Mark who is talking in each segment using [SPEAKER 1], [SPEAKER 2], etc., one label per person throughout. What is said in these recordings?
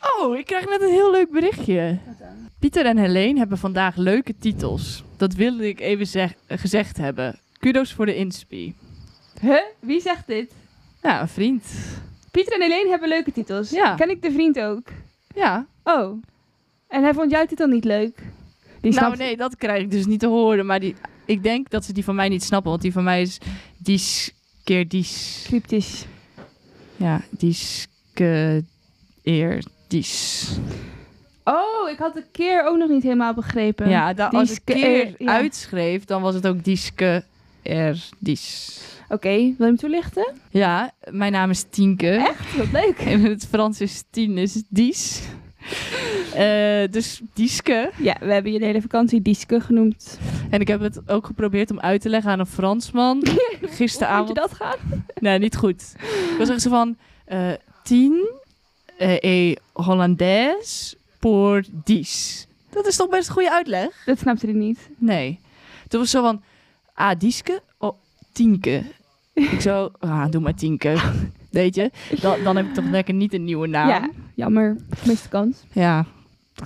[SPEAKER 1] Oh, ik krijg net een heel leuk berichtje. Pieter en Helene hebben vandaag leuke titels. Dat wilde ik even zeg- gezegd hebben. Kudos voor de inspie.
[SPEAKER 2] Huh? Wie zegt dit?
[SPEAKER 1] Ja, een vriend.
[SPEAKER 2] Pieter en Helene hebben leuke titels.
[SPEAKER 1] Ja.
[SPEAKER 2] Ken ik de vriend ook?
[SPEAKER 1] Ja.
[SPEAKER 2] Oh. En hij vond jouw titel niet leuk?
[SPEAKER 1] nou
[SPEAKER 2] Die snapt-
[SPEAKER 1] nee, dat krijg ik dus niet te horen. Maar die, ik denk dat ze die van mij niet snappen. Want die van mij is... Die is keer die is...
[SPEAKER 2] Cryptisch.
[SPEAKER 1] Ja, die is... ke- eer die is.
[SPEAKER 2] Oh, ik had de keer ook nog niet helemaal begrepen.
[SPEAKER 1] Ja, da- als ik
[SPEAKER 2] Dieske
[SPEAKER 1] keer
[SPEAKER 2] eer, ja.
[SPEAKER 1] uitschreef, dan was het ook Dieske er dies.
[SPEAKER 2] Oké, wil je hem toelichten?
[SPEAKER 1] Ja, mijn naam is Tienke.
[SPEAKER 2] Echt? Wat leuk.
[SPEAKER 1] En in het Frans is tien is dies. Eh, dus Dieske.
[SPEAKER 2] Ja, we hebben je de hele vakantie Dieske genoemd.
[SPEAKER 1] En ik heb het ook geprobeerd om uit te leggen aan een Fransman.
[SPEAKER 2] Hoe je
[SPEAKER 1] Gisteravond.
[SPEAKER 2] dat gaat?
[SPEAKER 1] Nee, niet goed. Ik was echt zo van... eh, tien eh eh, Hollandaise pour dies. Dat is toch best een goede uitleg?
[SPEAKER 2] Dat snapte hij niet.
[SPEAKER 1] Nee. Toen was zo van, ah, Dieske, oh, Tienke. Ik zo, ah, doe maar Tienke. Weet je? Dan, dan heb ik toch lekker niet een nieuwe naam.
[SPEAKER 2] Ja, jammer. Miste kans.
[SPEAKER 1] Ja.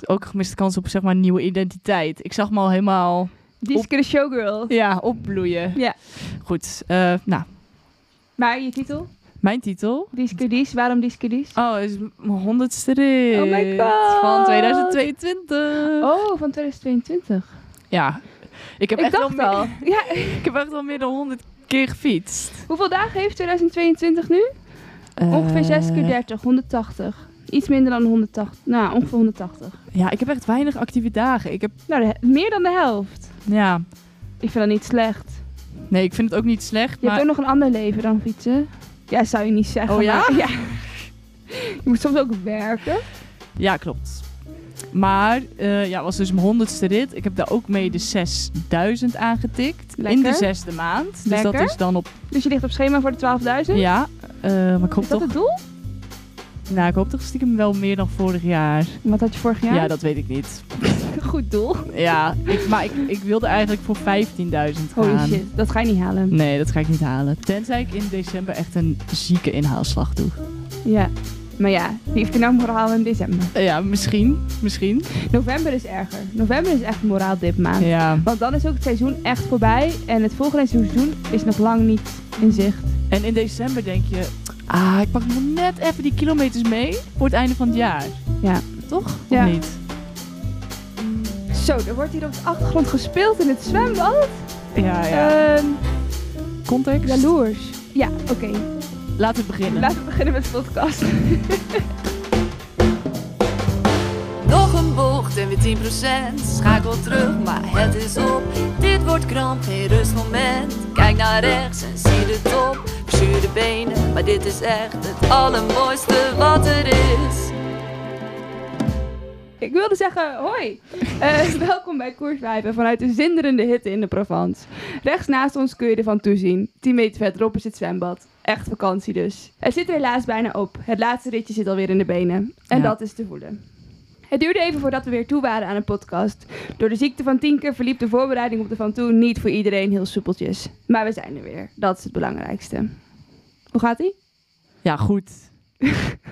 [SPEAKER 1] Ook gemiste kans op, zeg maar, een nieuwe identiteit. Ik zag me al helemaal,
[SPEAKER 2] Dieske de showgirl.
[SPEAKER 1] ja, opbloeien.
[SPEAKER 2] Ja.
[SPEAKER 1] Goed. eh, nou,
[SPEAKER 2] Maar je titel?
[SPEAKER 1] mijn titel.
[SPEAKER 2] Dieske Dies. Waarom Dieske Dies?
[SPEAKER 1] Oh, is mijn honderdste rit.
[SPEAKER 2] Oh my god.
[SPEAKER 1] Van 2022.
[SPEAKER 2] Oh, van 2022.
[SPEAKER 1] Ja. Ik heb,
[SPEAKER 2] ik
[SPEAKER 1] echt wel
[SPEAKER 2] dacht
[SPEAKER 1] meer,
[SPEAKER 2] al. Ja,
[SPEAKER 1] ik heb echt wel meer dan 100 keer gefietst.
[SPEAKER 2] Hoeveel dagen heeft 2022 nu? Ongeveer 6 keer
[SPEAKER 1] Eh,
[SPEAKER 2] 30, 180. Iets minder dan 180. Nou, ongeveer 180.
[SPEAKER 1] Ja, ik heb echt weinig actieve dagen. Ik heb,
[SPEAKER 2] Nou, de he- meer dan de helft.
[SPEAKER 1] ja,
[SPEAKER 2] Ik vind dat niet slecht.
[SPEAKER 1] nee, ik vind het ook niet slecht,
[SPEAKER 2] Je hebt
[SPEAKER 1] maar
[SPEAKER 2] ook nog een ander leven dan fietsen. Ja, zou je niet zeggen.
[SPEAKER 1] Oh ja?
[SPEAKER 2] maar- Je moet soms ook werken.
[SPEAKER 1] ja, klopt. Maar eh, ja, was dus mijn honderdste rit. Ik heb daar ook mee de 6000 aangetikt in de
[SPEAKER 2] Lekker.
[SPEAKER 1] zesde maand. Dus
[SPEAKER 2] Lekker.
[SPEAKER 1] dat is dan op,
[SPEAKER 2] Dus je ligt op schema voor de 12.000?
[SPEAKER 1] ja, eh, maar ik hoop
[SPEAKER 2] Is dat
[SPEAKER 1] toch,
[SPEAKER 2] het doel?
[SPEAKER 1] nou, ik hoop toch stiekem wel meer dan vorig jaar.
[SPEAKER 2] Wat had je vorig
[SPEAKER 1] Ja,
[SPEAKER 2] jaar?
[SPEAKER 1] dat weet ik niet.
[SPEAKER 2] Goed doel.
[SPEAKER 1] Ja, ik, maar ik, ik wilde eigenlijk voor 15.000
[SPEAKER 2] Holy
[SPEAKER 1] gaan.
[SPEAKER 2] shit, dat ga je niet halen.
[SPEAKER 1] Nee, dat ga ik niet halen. Tenzij ik in december echt een zieke inhaalslag doe.
[SPEAKER 2] Ja. Maar ja, die heeft je nou moraal in december.
[SPEAKER 1] Eh, Ja, misschien. Misschien.
[SPEAKER 2] November is erger. November is echt moraal dit maand.
[SPEAKER 1] Ja.
[SPEAKER 2] Want dan is ook het seizoen echt voorbij en het volgende seizoen is nog lang niet in zicht.
[SPEAKER 1] En in december denk je, ah, ik pak nog net even die kilometers mee voor het einde van het jaar.
[SPEAKER 2] Ja.
[SPEAKER 1] Toch?
[SPEAKER 2] Ja.
[SPEAKER 1] Of niet?
[SPEAKER 2] Zo, er wordt hier op de achtergrond gespeeld in het zwembad.
[SPEAKER 1] Ja,
[SPEAKER 2] Ehm,
[SPEAKER 1] Context?
[SPEAKER 2] jaloers. Ja, oké.
[SPEAKER 1] Laten we beginnen.
[SPEAKER 2] Laten we beginnen met de podcast.
[SPEAKER 3] Nog een bocht en weer 10%. Schakel terug, maar het is op. Dit wordt kramp, geen rustmoment. Kijk naar rechts en zie de top. Verzuurde benen, maar dit is echt het allermooiste wat er is.
[SPEAKER 2] Ik wilde zeggen, hoi. Eh, welkom bij Koerswijven vanuit de zinderende hitte in de Provence. Rechts naast ons kun je ervan toezien. 10 meter verderop is het zwembad. Echt vakantie dus. Het zit er helaas bijna op. Het laatste ritje zit alweer in de benen. En
[SPEAKER 1] Ja.
[SPEAKER 2] dat is te voelen. Het duurde even voordat we weer toe waren aan een podcast. Door de ziekte van Tinker verliep de voorbereiding op de Van Toen niet voor iedereen heel soepeltjes. Maar we zijn er weer. Dat is het belangrijkste. Hoe gaat ie?
[SPEAKER 1] Ja, goed.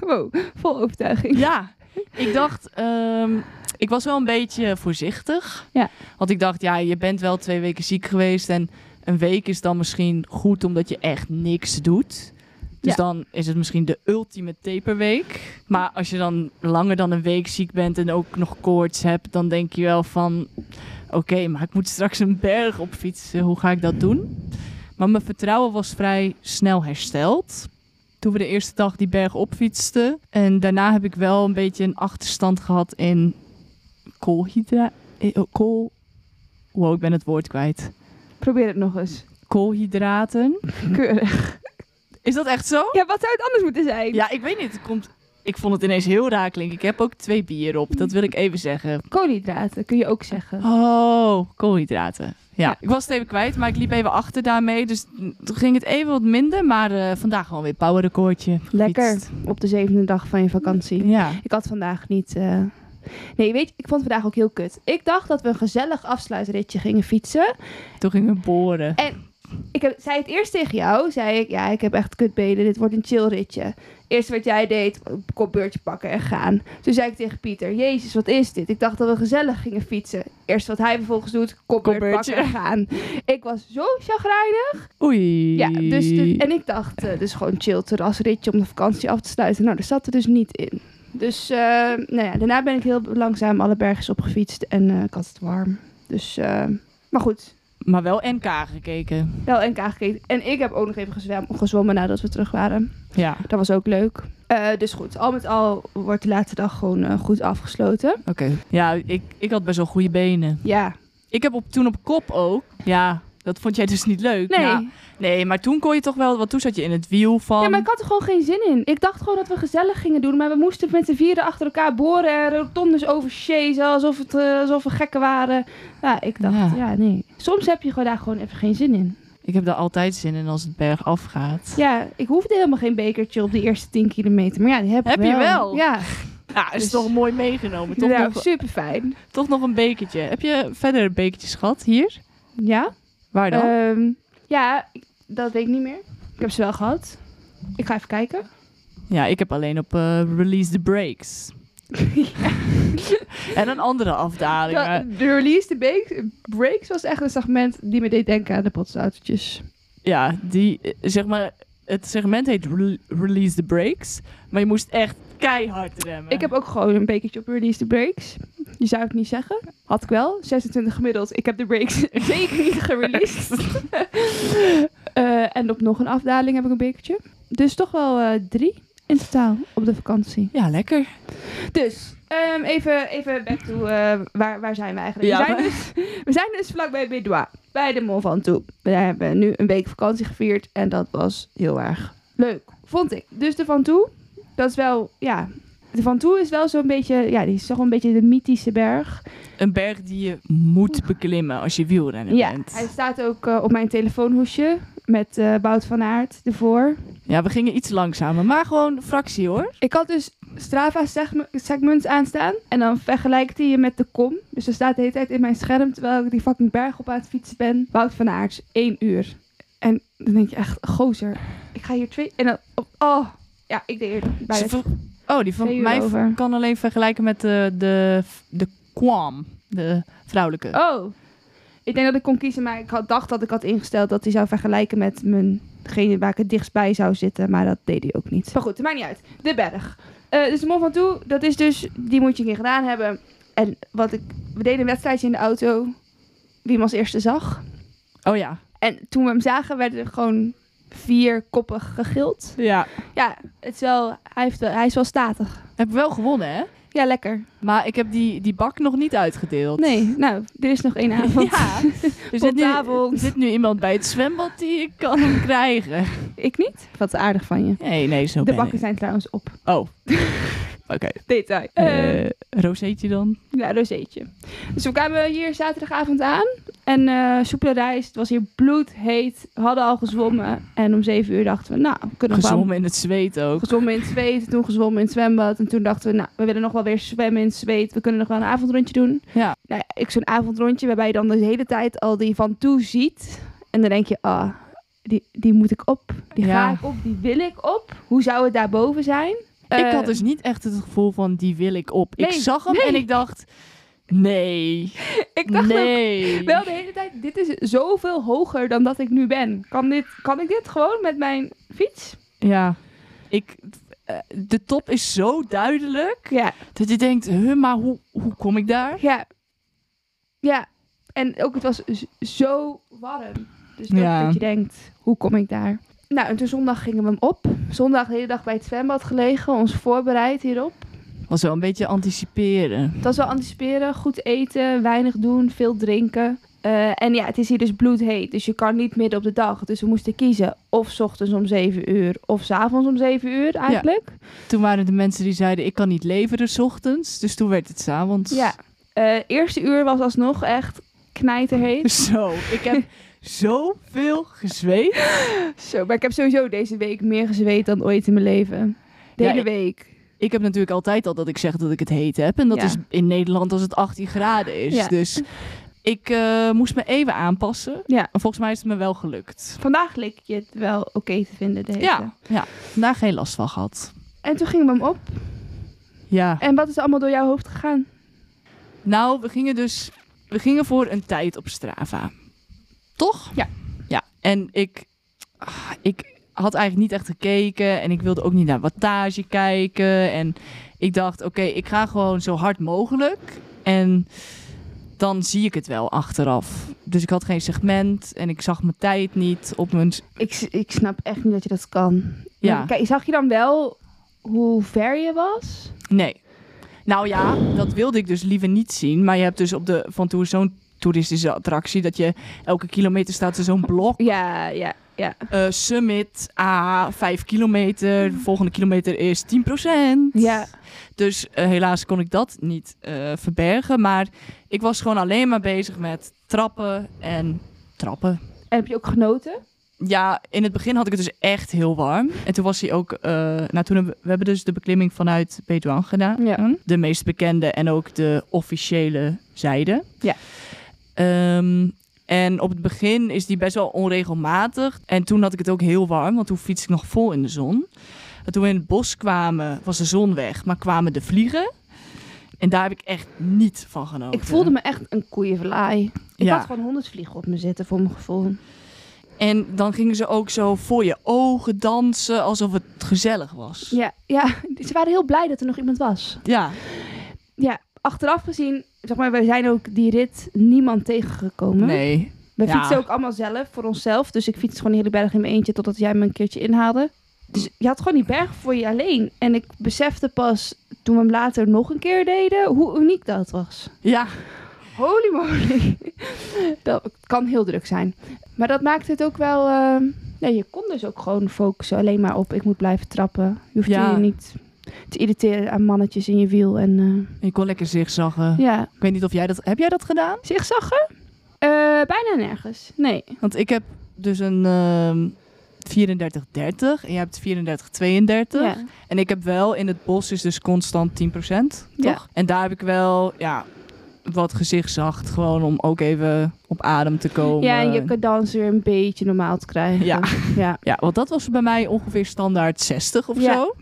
[SPEAKER 2] Wow, vol overtuiging.
[SPEAKER 1] Ja, ik dacht, ehm, ik was wel een beetje voorzichtig.
[SPEAKER 2] Ja.
[SPEAKER 1] Want ik dacht, ja, je bent wel twee weken ziek geweest en een week is dan misschien goed omdat je echt niks doet. Dus
[SPEAKER 2] Ja.
[SPEAKER 1] dan is het misschien de ultieme taperweek. Maar als je dan langer dan een week ziek bent en ook nog koorts hebt, dan denk je wel van, oké, maar ik moet straks een berg op fietsen. Hoe ga ik dat doen? Maar mijn vertrouwen was vrij snel hersteld toen we de eerste dag die berg opfietsten. En daarna heb ik wel een beetje een achterstand gehad in koolhydra... eh, oh, Kool... Wow, ik ben het woord kwijt.
[SPEAKER 2] Probeer het nog eens.
[SPEAKER 1] Koolhydraten.
[SPEAKER 2] Keurig.
[SPEAKER 1] Is dat echt zo?
[SPEAKER 2] Ja, wat zou het anders moeten zijn?
[SPEAKER 1] Ja, ik weet niet. Het komt... Ik vond het ineens heel raar klinken. Ik heb ook twee bier op. Dat wil ik even zeggen.
[SPEAKER 2] Koolhydraten kun je ook zeggen.
[SPEAKER 1] Oh, koolhydraten. Ja,
[SPEAKER 2] Ja.
[SPEAKER 1] ik was het even kwijt, maar ik liep even achter daarmee. Dus toen ging het even wat minder. Maar eh, vandaag gewoon weer power recordje.
[SPEAKER 2] Lekker op de zevende dag van je vakantie.
[SPEAKER 1] Ja.
[SPEAKER 2] Ik had vandaag niet. eh, Nee, weet je, ik vond het vandaag ook heel kut. Ik dacht dat we een gezellig afsluitritje gingen fietsen.
[SPEAKER 1] Toen gingen we boren.
[SPEAKER 2] En Ik heb, zei het eerst tegen jou, zei ik, ja, ik heb echt kutbenen, dit wordt een chill ritje. Eerst wat jij deed, kopbeurtje pakken en gaan. Toen zei ik tegen Pieter, jezus, wat is dit? Ik dacht dat we gezellig gingen fietsen. Eerst wat hij vervolgens doet, kopbeurt
[SPEAKER 1] Kopbeurtje.
[SPEAKER 2] pakken en gaan. Ik was zo chagrijnig.
[SPEAKER 1] Oei.
[SPEAKER 2] Ja, dus de- en ik dacht, eh, dus gewoon chill terrasritje om de vakantie af te sluiten. Nou, daar zat er dus niet in. Dus eh, nou ja, daarna ben ik heel langzaam alle bergjes opgefietst en eh, ik had het warm. Dus, eh, maar goed,
[SPEAKER 1] Maar wel NK gekeken.
[SPEAKER 2] wel NK gekeken. En ik heb ook nog even gezwem, gezwommen nadat we terug waren.
[SPEAKER 1] Ja,
[SPEAKER 2] Dat was ook leuk. Eh, dus goed, al met al wordt de laatste dag gewoon eh, goed afgesloten.
[SPEAKER 1] oké. Ja, ik, ik had best wel goede benen.
[SPEAKER 2] Ja,
[SPEAKER 1] Ik heb op, toen op kop ook. Ja, dat vond jij dus niet leuk.
[SPEAKER 2] nee.
[SPEAKER 1] Nou, nee, maar toen kon je toch wel... Want toen zat je in het wiel van...
[SPEAKER 2] Ja, maar ik had er gewoon geen zin in. Ik dacht gewoon dat we gezellig gingen doen, maar we moesten met z'n vieren achter elkaar boren en rotondes overshazen, alsof, het, eh, alsof we gekken waren. Ja, ik dacht,
[SPEAKER 1] Ja.
[SPEAKER 2] ja. nee. Soms heb je gewoon daar gewoon even geen zin in.
[SPEAKER 1] Ik heb daar altijd zin in als het berg afgaat.
[SPEAKER 2] Ja, ik hoefde helemaal geen bekertje op de eerste 10 kilometer, maar ja, die heb, ik
[SPEAKER 1] Heb je wel?
[SPEAKER 2] Ja,
[SPEAKER 1] Ja, is
[SPEAKER 2] Dus-
[SPEAKER 1] toch mooi meegenomen. Toch,
[SPEAKER 2] nou,
[SPEAKER 1] nog,
[SPEAKER 2] super fijn.
[SPEAKER 1] toch nog een bekertje. Heb je verder bekertjes gehad hier?
[SPEAKER 2] Ja,
[SPEAKER 1] Waar dan?
[SPEAKER 2] Ehm, ja, ik- dat weet ik niet meer. Ik heb ze wel gehad. Ik ga even kijken.
[SPEAKER 1] Ja, ik heb alleen op eh, Release the Breaks. en een andere afdaling. maar-
[SPEAKER 2] De, de release, de break- breaks was echt een segment die me deed denken aan de botsautootjes.
[SPEAKER 1] Ja, die, eh, zeg maar, het segment heet Rel- Release the Breaks. Maar je moest echt keihard remmen.
[SPEAKER 2] Ik heb ook gewoon een bekertje op release the breaks. Je zou het niet zeggen. Had ik wel. 26 gemiddeld. Ik heb de breaks zeker niet gereleased. Eh, en op nog een afdaling heb ik een bekertje. Dus toch wel eh, drie in totaal op de vakantie.
[SPEAKER 1] Ja, lekker.
[SPEAKER 2] Dus, ehm, even, even back to eh, waar, waar zijn we eigenlijk?
[SPEAKER 1] Ja,
[SPEAKER 2] we, zijn dus, we zijn dus vlakbij Bédois, bij de Mont Ventoux. We hebben nu een week vakantie gevierd en dat was heel erg leuk, vond ik. Dus de Ventoux, dat is wel, ja... De Ventoux is wel zo'n beetje, ja, die is toch een beetje de mythische berg.
[SPEAKER 1] Een berg die je moet beklimmen als je wielrenner
[SPEAKER 2] Ja,
[SPEAKER 1] bent.
[SPEAKER 2] hij staat ook eh, op mijn telefoonhoesje met eh Bout van Aert ervoor.
[SPEAKER 1] Ja, we gingen iets langzamer, maar gewoon een fractie hoor.
[SPEAKER 2] Ik had dus Strava segm- segments aanstaan. En dan vergelijkt hij je met de kom. Dus er staat de hele tijd in mijn scherm, terwijl ik die fucking berg op aan het fietsen ben. Wout van Aerts, één uur. En dan denk je echt, gozer, ik ga hier twee... En dan, oh, ja, ik deed er
[SPEAKER 1] Ze
[SPEAKER 2] bijna
[SPEAKER 1] ver- Oh, die van
[SPEAKER 2] twee uur
[SPEAKER 1] mij
[SPEAKER 2] over.
[SPEAKER 1] kan alleen vergelijken met de, de, de kwam, de vrouwelijke.
[SPEAKER 2] Oh, ik denk dat ik kon kiezen, maar ik had, dacht dat ik had ingesteld dat hij zou vergelijken met mijn, degene waar ik het dichtst bij zou zitten. Maar dat deed hij ook niet. Maar goed, het maakt niet uit. De berg. Eh, dus de Mont Ventoux, dat is dus, die moet je een keer gedaan hebben. En wat ik, we deden een wedstrijdje in de auto, wie hem als eerste zag.
[SPEAKER 1] Oh, ja.
[SPEAKER 2] En toen we hem zagen, werden er gewoon vier koppig gegild.
[SPEAKER 1] Ja.
[SPEAKER 2] Ja, het is wel, hij, heeft, wel- hij is wel statig.
[SPEAKER 1] Heb wel gewonnen, hè?
[SPEAKER 2] Ja, lekker.
[SPEAKER 1] Maar ik heb die, die bak nog niet uitgedeeld.
[SPEAKER 2] Nee, nou, er is nog één avond.
[SPEAKER 1] Ja. Er zit, nu, er
[SPEAKER 2] Potavond.
[SPEAKER 1] zit nu iemand bij het zwembad die ik kan hem krijgen.
[SPEAKER 2] Ik niet? Wat aardig van je.
[SPEAKER 1] Nee, nee, zo
[SPEAKER 2] De
[SPEAKER 1] ben
[SPEAKER 2] bakken
[SPEAKER 1] ik.
[SPEAKER 2] zijn trouwens op.
[SPEAKER 1] Oh. Oké.
[SPEAKER 2] Detail. Eh,
[SPEAKER 1] Eh rozeetje dan?
[SPEAKER 2] Ja, rozeetje. Dus we kwamen hier zaterdagavond aan. En eh soepele rijst. Het was hier bloedheet. We hadden al gezwommen. En om zeven uur dachten we, nou, we kunnen we wel...
[SPEAKER 1] Gezwommen in het zweet ook.
[SPEAKER 2] Gezwommen in het zweet. Toen gezwommen in het zwembad. En toen dachten we, nou, we willen nog wel weer zwemmen in het zweet. We kunnen nog wel een avondrondje doen.
[SPEAKER 1] Ja.
[SPEAKER 2] Nou, ja, ik zo'n avondrondje waarbij je dan de hele tijd al die van toe ziet. En dan denk je, ah, die, die moet ik op. Die
[SPEAKER 1] Ja.
[SPEAKER 2] ga ik op. Die wil ik op. Hoe zou het daarboven zijn?
[SPEAKER 1] ik
[SPEAKER 2] Eh,
[SPEAKER 1] had dus niet echt het gevoel van die wil ik op. ik
[SPEAKER 2] Nee,
[SPEAKER 1] zag hem
[SPEAKER 2] nee.
[SPEAKER 1] en ik dacht, nee,
[SPEAKER 2] ik dacht ook,
[SPEAKER 1] nee.
[SPEAKER 2] Wel de hele tijd, dit is zoveel hoger dan dat ik nu ben. Kan, dit, kan ik dit gewoon met mijn fiets?
[SPEAKER 1] Ja, ik, eh, de top is zo duidelijk
[SPEAKER 2] Ja.
[SPEAKER 1] dat je denkt, huh, maar hoe, hoe kom ik daar?
[SPEAKER 2] Ja. Ja. En ook het was z- zo warm. Dus dat,
[SPEAKER 1] Ja.
[SPEAKER 2] dat je denkt, hoe kom ik daar? Nou, en toen zondag gingen we hem op. Zondag de hele dag bij het zwembad gelegen, ons voorbereid hierop.
[SPEAKER 1] Was wel een beetje anticiperen.
[SPEAKER 2] Het was wel anticiperen, goed eten, weinig doen, veel drinken. Eh, en ja, het is hier dus bloedheet, dus je kan niet midden op de dag. Dus we moesten kiezen of 's ochtends om 7 uur of 's avonds om 7 uur eigenlijk.
[SPEAKER 1] Toen waren de mensen die zeiden, ik kan niet leveren 's ochtends. Dus toen werd het 's avonds.
[SPEAKER 2] Ja. Eh, eerste uur was alsnog echt knijterheet.
[SPEAKER 1] Zo, ik heb zoveel gezweet.
[SPEAKER 2] Zo, maar ik heb sowieso deze week meer gezweet dan ooit in mijn leven. De
[SPEAKER 1] Ja,
[SPEAKER 2] hele
[SPEAKER 1] ik-
[SPEAKER 2] week.
[SPEAKER 1] Ik heb natuurlijk altijd al dat ik zeg dat ik het heet heb. En dat
[SPEAKER 2] Ja.
[SPEAKER 1] is in Nederland als het 18 graden is.
[SPEAKER 2] Ja.
[SPEAKER 1] Dus Ik eh, moest me even aanpassen.
[SPEAKER 2] Ja.
[SPEAKER 1] En volgens mij is het me wel gelukt.
[SPEAKER 2] Vandaag leek je het wel oké te vinden, deze.
[SPEAKER 1] Ja, ja, daar geen last van gehad.
[SPEAKER 2] En toen gingen we hem op.
[SPEAKER 1] Ja.
[SPEAKER 2] En wat is er allemaal door jouw hoofd gegaan?
[SPEAKER 1] Nou, we gingen dus we gingen voor een tijd op Strava. Toch?
[SPEAKER 2] Ja.
[SPEAKER 1] Ja, en ik, ah, ik had eigenlijk niet echt gekeken en ik wilde ook niet naar wattage kijken. En ik dacht, oké, ik ga gewoon zo hard mogelijk en dan zie ik het wel achteraf. Dus ik had geen segment en ik zag mijn tijd niet op mijn... s-
[SPEAKER 2] Ik, s- ik snap echt niet dat je dat kan.
[SPEAKER 1] Ja,
[SPEAKER 2] Kijk, zag je dan wel hoe ver je was?
[SPEAKER 1] nee. Nou ja, dat wilde ik dus liever niet zien. Maar je hebt dus op de Van Tour zo'n toeristische attractie... dat je elke kilometer staat er zo'n blok
[SPEAKER 2] Ja, ja, ja.
[SPEAKER 1] Eh, summit, ah, 5 kilometer. De volgende kilometer is 10%.
[SPEAKER 2] Ja.
[SPEAKER 1] Dus eh, helaas kon ik dat niet eh, verbergen. Maar ik was gewoon alleen maar bezig met trappen en trappen.
[SPEAKER 2] En heb je ook genoten?
[SPEAKER 1] Ja, in het begin had ik het dus echt heel warm. En toen was hij ook... eh nou, toen hebben, we- we hebben dus de beklimming vanuit Bedouin gedaan.
[SPEAKER 2] Ja.
[SPEAKER 1] De meest bekende en ook de officiële zijde.
[SPEAKER 2] Ja.
[SPEAKER 1] Ehm, en op het begin is die best wel onregelmatig. En toen had ik het ook heel warm, want toen fiets ik nog vol in de zon. En toen we in het bos kwamen, was de zon weg, maar kwamen de vliegen. En daar heb ik echt niet van genoten.
[SPEAKER 2] Ik voelde me echt een koeienvlaai. Ik
[SPEAKER 1] Ja.
[SPEAKER 2] had gewoon honderd vliegen op me zitten, voor mijn gevoel.
[SPEAKER 1] En dan gingen ze ook zo voor je ogen dansen, alsof het gezellig was.
[SPEAKER 2] Ja, ja, ze waren heel blij dat er nog iemand was.
[SPEAKER 1] Ja,
[SPEAKER 2] Ja, achteraf gezien, zeg maar, wij zijn ook die rit niemand tegengekomen.
[SPEAKER 1] nee.
[SPEAKER 2] We
[SPEAKER 1] Ja.
[SPEAKER 2] fietsen ook allemaal zelf, voor onszelf. Dus ik fiets gewoon de hele berg in mijn eentje totdat jij me een keertje inhaalde. Dus je had gewoon die berg voor je alleen. En ik besefte pas toen we hem later nog een keer deden, hoe uniek dat was.
[SPEAKER 1] Ja,
[SPEAKER 2] Holy moly. dat kan heel druk zijn. Maar dat maakt het ook wel... eh, nee, je kon dus ook gewoon focussen alleen maar op... ik moet blijven trappen. Je hoeft
[SPEAKER 1] Ja.
[SPEAKER 2] je niet te irriteren aan mannetjes in je wiel. En eh,
[SPEAKER 1] je kon lekker zigzaggen.
[SPEAKER 2] ja,
[SPEAKER 1] Ik weet niet of jij dat... Heb jij dat gedaan?
[SPEAKER 2] zigzaggen? Eh bijna nergens. Nee.
[SPEAKER 1] Want ik heb dus een ehm 3430 en jij hebt 3432.
[SPEAKER 2] Ja.
[SPEAKER 1] En ik heb wel in het bos is dus constant 10%, toch?
[SPEAKER 2] Ja.
[SPEAKER 1] En daar heb ik wel ja, wat gezichtszacht, gewoon om ook even op adem te komen.
[SPEAKER 2] ja, en je cadans weer een beetje normaal te krijgen.
[SPEAKER 1] eh, Ja.
[SPEAKER 2] ja.
[SPEAKER 1] Ja, want dat was bij mij ongeveer standaard 60 of
[SPEAKER 2] Ja.
[SPEAKER 1] zo.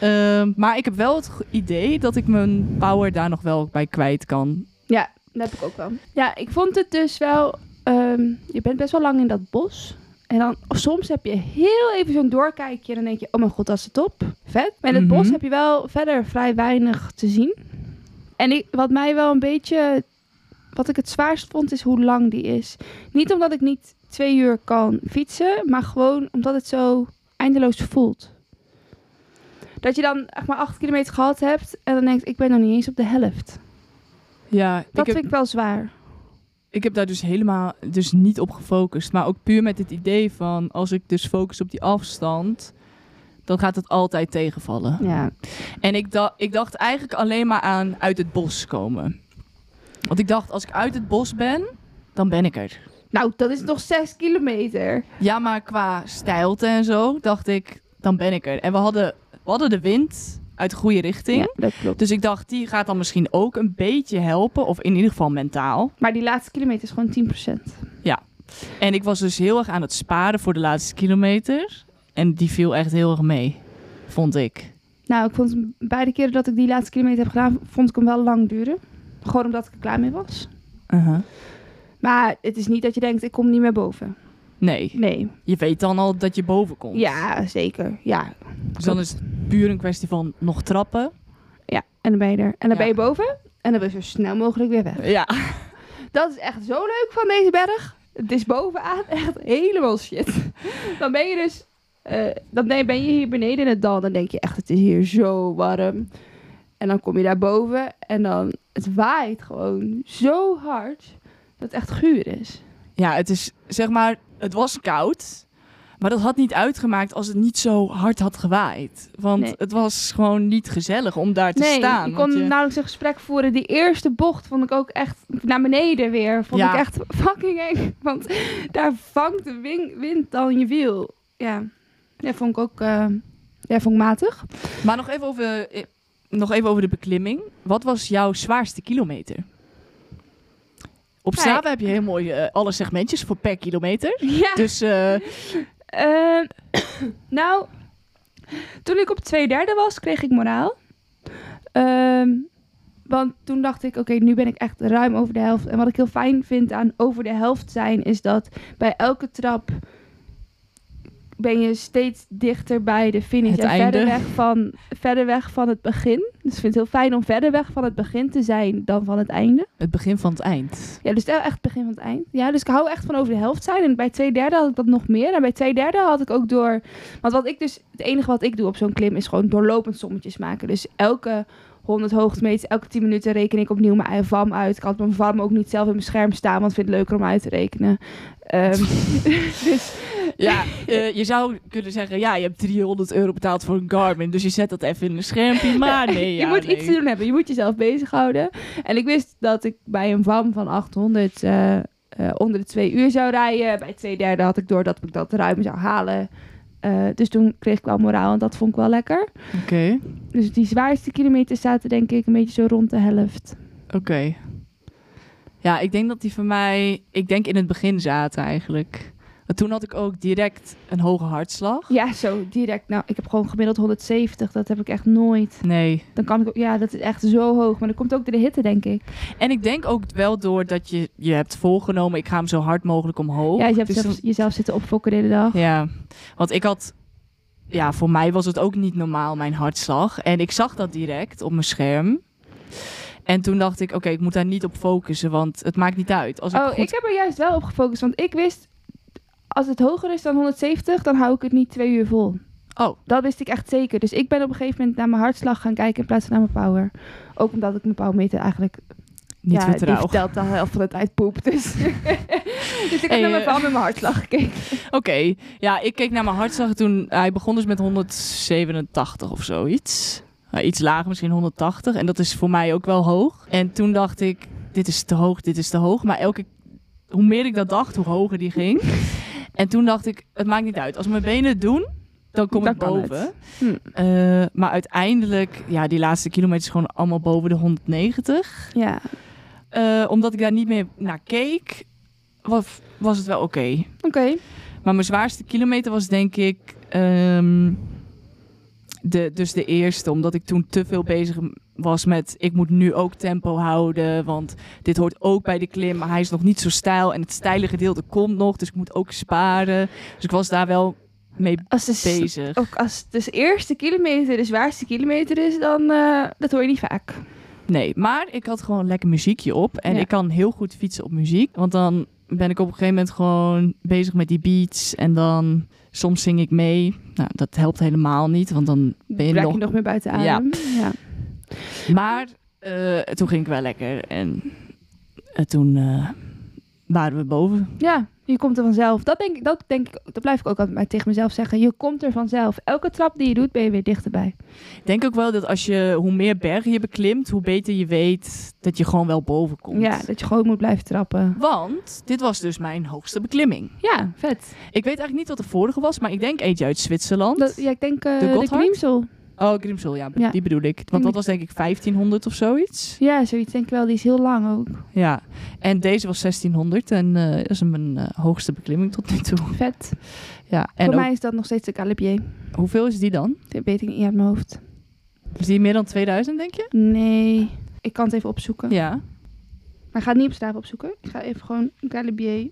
[SPEAKER 1] Ehm, maar ik heb wel het ge- idee dat ik mijn power daar nog wel bij kwijt kan.
[SPEAKER 2] Ja, dat heb ik ook wel. Ja, ik vond het dus wel... ehm, je bent best wel lang in dat bos. En dan soms heb je heel even zo'n doorkijkje. En dan denk je, oh mijn god, dat is de top. Vet. Maar in het
[SPEAKER 1] Mhm.
[SPEAKER 2] bos heb je wel verder vrij weinig te zien. En ik, wat mij wel een beetje... Wat ik het zwaarst vond, is hoe lang die is. Niet omdat ik niet twee uur kan fietsen. Maar gewoon omdat het zo eindeloos voelt. Dat je dan echt maar acht kilometer gehad hebt. En dan denkt, ik ben nog niet eens op de helft.
[SPEAKER 1] Ja, ik
[SPEAKER 2] Dat
[SPEAKER 1] heb-
[SPEAKER 2] vind ik wel zwaar.
[SPEAKER 1] Ik heb daar dus helemaal dus niet op gefocust. Maar ook puur met het idee van... als ik dus focus op die afstand... dan gaat het altijd tegenvallen.
[SPEAKER 2] Ja,
[SPEAKER 1] En ik, da ik dacht eigenlijk alleen maar aan uit het bos komen. Want ik dacht, als ik uit het bos ben... dan ben ik er.
[SPEAKER 2] nou, dat is nog zes kilometer.
[SPEAKER 1] Ja, maar qua stijlte en zo... dacht ik, dan ben ik er. En we hadden, we hadden de wind uit de goede richting.
[SPEAKER 2] dat klopt.
[SPEAKER 1] Dus ik dacht, die gaat dan misschien ook een beetje helpen. Of in ieder geval mentaal.
[SPEAKER 2] Maar die laatste kilometer is gewoon 10%.
[SPEAKER 1] En ik was dus heel erg aan het sparen voor de laatste kilometer. En die viel echt heel erg mee, vond ik.
[SPEAKER 2] Nou, ik vond hem- beide keren dat ik die laatste kilometer heb gedaan, vond ik hem wel lang duren. Gewoon omdat ik er klaar mee was. Maar het is niet dat je denkt, ik kom niet meer boven.
[SPEAKER 1] Nee,
[SPEAKER 2] Nee.
[SPEAKER 1] je weet dan al dat je boven komt.
[SPEAKER 2] Ja, zeker. Ja.
[SPEAKER 1] Dus dan is het puur een kwestie van nog trappen.
[SPEAKER 2] ja. En dan ben je er. En dan
[SPEAKER 1] Ja.
[SPEAKER 2] ben je boven. En dan ben je zo snel mogelijk weer weg.
[SPEAKER 1] Ja,
[SPEAKER 2] Dat is echt zo leuk van deze berg. Het is bovenaan echt helemaal shit. Dan ben je dus... eh, dan ben je- ben je hier beneden in het dal. Dan denk je echt, het is hier zo warm. En dan kom je daar boven. En dan... Het waait gewoon zo hard. Dat het echt guur is.
[SPEAKER 1] ja het is zeg maar, het was koud. Maar dat had niet uitgemaakt als het niet zo hard had gewaaid. Want
[SPEAKER 2] Nee.
[SPEAKER 1] het was gewoon niet gezellig om daar te
[SPEAKER 2] nee,
[SPEAKER 1] staan.
[SPEAKER 2] ik
[SPEAKER 1] want
[SPEAKER 2] kon
[SPEAKER 1] je-
[SPEAKER 2] nauwelijks een gesprek voeren. Die eerste bocht vond ik ook echt naar beneden weer. Vond
[SPEAKER 1] Ja.
[SPEAKER 2] ik echt fucking eng. Want daar vangt de wing- wind dan je wiel. Ja, dat vond ik ook... eh, ja, vond ik matig.
[SPEAKER 1] Maar nog even, over, eh, nog even over de beklimming. Wat was jouw zwaarste kilometer? Op
[SPEAKER 2] Kijk.
[SPEAKER 1] Strava heb je heel mooi eh, alle segmentjes voor per kilometer.
[SPEAKER 2] Ja.
[SPEAKER 1] Dus eh,
[SPEAKER 2] Ehm, nou, toen ik op twee derde was, kreeg ik moraal. Ehm, want toen dacht ik, oké, nu ben ik echt ruim over de helft. En wat ik heel fijn vind aan over de helft zijn, is dat bij elke trap ben je steeds dichter bij de finish.
[SPEAKER 1] Het
[SPEAKER 2] en
[SPEAKER 1] einde.
[SPEAKER 2] Verder, weg van, verder weg van het begin. Dus ik vind het heel fijn om verder weg van het begin te zijn dan van het einde.
[SPEAKER 1] het begin van het eind.
[SPEAKER 2] Ja, dus wel echt het begin van het eind. Ja, dus ik hou echt van over de helft zijn. En bij twee derde had ik dat nog meer. En bij twee derde had ik ook door... Want wat ik dus... Het enige wat ik doe op zo'n klim is gewoon doorlopend sommetjes maken. Dus elke 100 hoogtemeters, elke 10 minuten reken ik opnieuw mijn eigen VAM uit. Ik had mijn VAM ook niet zelf in mijn scherm staan, want ik vind het leuker om uit te rekenen. Ehm, dus
[SPEAKER 1] Ja, eh, je zou kunnen zeggen, ja, je hebt 300 euro betaald voor een Garmin. Dus je zet dat even in een schermpje. Maar nee,
[SPEAKER 2] je
[SPEAKER 1] ja,
[SPEAKER 2] moet
[SPEAKER 1] nee.
[SPEAKER 2] iets te doen hebben. Je moet jezelf bezighouden. En ik wist dat ik bij een VAM van 800 eh, eh, onder de twee uur zou rijden. Bij twee derde had ik door dat ik dat ruim zou halen. Eh, dus toen kreeg ik wel moraal en dat vond ik wel lekker.
[SPEAKER 1] Oké,
[SPEAKER 2] Dus die zwaarste kilometers zaten denk ik een beetje zo rond de helft.
[SPEAKER 1] oké. Ja, ik denk dat die van mij, ik denk in het begin zaten eigenlijk. Want toen had ik ook direct een hoge hartslag.
[SPEAKER 2] Ja, zo direct. Nou, ik heb gewoon gemiddeld 170. Dat heb ik echt nooit.
[SPEAKER 1] Nee,
[SPEAKER 2] Dan kan ik ook, ja, dat is echt zo hoog. Maar dat komt ook door de hitte, denk ik.
[SPEAKER 1] En ik denk ook wel door dat je je hebt volgenomen, ik ga hem zo hard mogelijk omhoog.
[SPEAKER 2] ja, je hebt Oh.
[SPEAKER 1] Dus
[SPEAKER 2] zelf- jezelf zitten opfokken de hele dag.
[SPEAKER 1] dan- ja, want ik had, ja, voor mij was het ook niet normaal mijn hartslag. En ik zag dat direct op mijn scherm. En toen dacht ik, oké, ik moet daar niet op focussen, want het maakt niet uit. Als ik
[SPEAKER 2] oh,
[SPEAKER 1] goed-
[SPEAKER 2] ik heb er juist wel op gefocust. Want ik wist, als het hoger is dan 170, dan hou ik het niet twee uur vol.
[SPEAKER 1] Oh.
[SPEAKER 2] Dat wist ik echt zeker. Dus ik ben op een gegeven moment naar mijn hartslag gaan kijken in plaats van naar mijn power. Ook omdat ik mijn powermeter eigenlijk
[SPEAKER 1] niet
[SPEAKER 2] ja,
[SPEAKER 1] ja,
[SPEAKER 2] die
[SPEAKER 1] vertrouw. Oké,
[SPEAKER 2] vertelt de helft van de tijd poep. Dus, dus ik
[SPEAKER 1] Hey,
[SPEAKER 2] heb naar
[SPEAKER 1] eh.
[SPEAKER 2] mijn power en mijn hartslag gekeken.
[SPEAKER 1] ja, ik keek naar mijn hartslag en toen, hij begon dus met 187 of zoiets. Nou, iets lager, misschien 180. En dat is voor mij ook wel hoog. En toen dacht ik, dit is te hoog, dit is te hoog. Maar elke, hoe meer ik dat dacht, hoe hoger die ging. En toen dacht ik, het maakt niet uit. Als mijn benen het doen, dan kom
[SPEAKER 2] Dan
[SPEAKER 1] ik
[SPEAKER 2] kan
[SPEAKER 1] boven.
[SPEAKER 2] het. Hm.
[SPEAKER 1] Eh, maar uiteindelijk, ja, die laatste kilometers gewoon allemaal boven de 190.
[SPEAKER 2] Ja.
[SPEAKER 1] Eh, omdat ik daar niet meer naar keek, was, was het wel oké.
[SPEAKER 2] Oké.
[SPEAKER 1] Maar mijn zwaarste kilometer was denk ik ehm, de, dus de eerste. Omdat ik toen te veel bezig was met ik moet nu ook tempo houden. Want dit hoort ook bij de klim. Maar hij is nog niet zo stijl. En het steile gedeelte komt nog. Dus ik moet ook sparen. Dus ik was daar wel mee
[SPEAKER 2] Als de, s-
[SPEAKER 1] bezig.
[SPEAKER 2] ook als het dus eerste kilometer de zwaarste kilometer is, dan eh, dat hoor je niet vaak.
[SPEAKER 1] Nee, maar ik had gewoon lekker muziekje op. En
[SPEAKER 2] Ja.
[SPEAKER 1] ik kan heel goed fietsen op muziek. Want dan ben ik op een gegeven moment gewoon bezig met die beats. En dan soms zing ik mee. Nou, dat helpt helemaal niet. Want dan ben je
[SPEAKER 2] Raak
[SPEAKER 1] nog
[SPEAKER 2] je nog meer buiten
[SPEAKER 1] Ja.
[SPEAKER 2] adem. Ja.
[SPEAKER 1] Maar eh, toen ging ik wel lekker. En eh, toen eh, waren we boven.
[SPEAKER 2] Ja, je komt er vanzelf. Dat denk ik, dat denk ik, dat blijf ik ook altijd maar tegen mezelf zeggen. Je komt er vanzelf. Elke trap die je doet, ben je weer dichterbij.
[SPEAKER 1] Ik denk ook wel dat als je hoe meer bergen je beklimt, hoe beter je weet dat je gewoon wel boven komt.
[SPEAKER 2] Ja, dat je gewoon moet blijven trappen.
[SPEAKER 1] Want dit was dus mijn hoogste beklimming.
[SPEAKER 2] Ja, vet.
[SPEAKER 1] Ik weet eigenlijk niet wat de vorige was, maar ik denk eentje uit Zwitserland.
[SPEAKER 2] Dat, ja, ik denk eh,
[SPEAKER 1] De
[SPEAKER 2] de
[SPEAKER 1] Gotthard?
[SPEAKER 2] Grimsel.
[SPEAKER 1] Oh, Grimsel, ja,
[SPEAKER 2] Ja.
[SPEAKER 1] die bedoel ik. Want dat was denk ik 1500 of zoiets.
[SPEAKER 2] Ja, zoiets denk ik wel. Die is heel lang ook.
[SPEAKER 1] Ja. En deze was 1600 en eh, dat is mijn eh, hoogste beklimming tot nu toe.
[SPEAKER 2] Vet.
[SPEAKER 1] Ja. En
[SPEAKER 2] Voor
[SPEAKER 1] ook-
[SPEAKER 2] mij is dat nog steeds de Calibier.
[SPEAKER 1] hoeveel is die dan?
[SPEAKER 2] Dat weet ik niet uit mijn hoofd.
[SPEAKER 1] Is die meer dan 2000, denk je?
[SPEAKER 2] Nee, ik kan het even opzoeken.
[SPEAKER 1] Ja.
[SPEAKER 2] Maar ik ga het niet op straat opzoeken. Ik ga even gewoon Galibier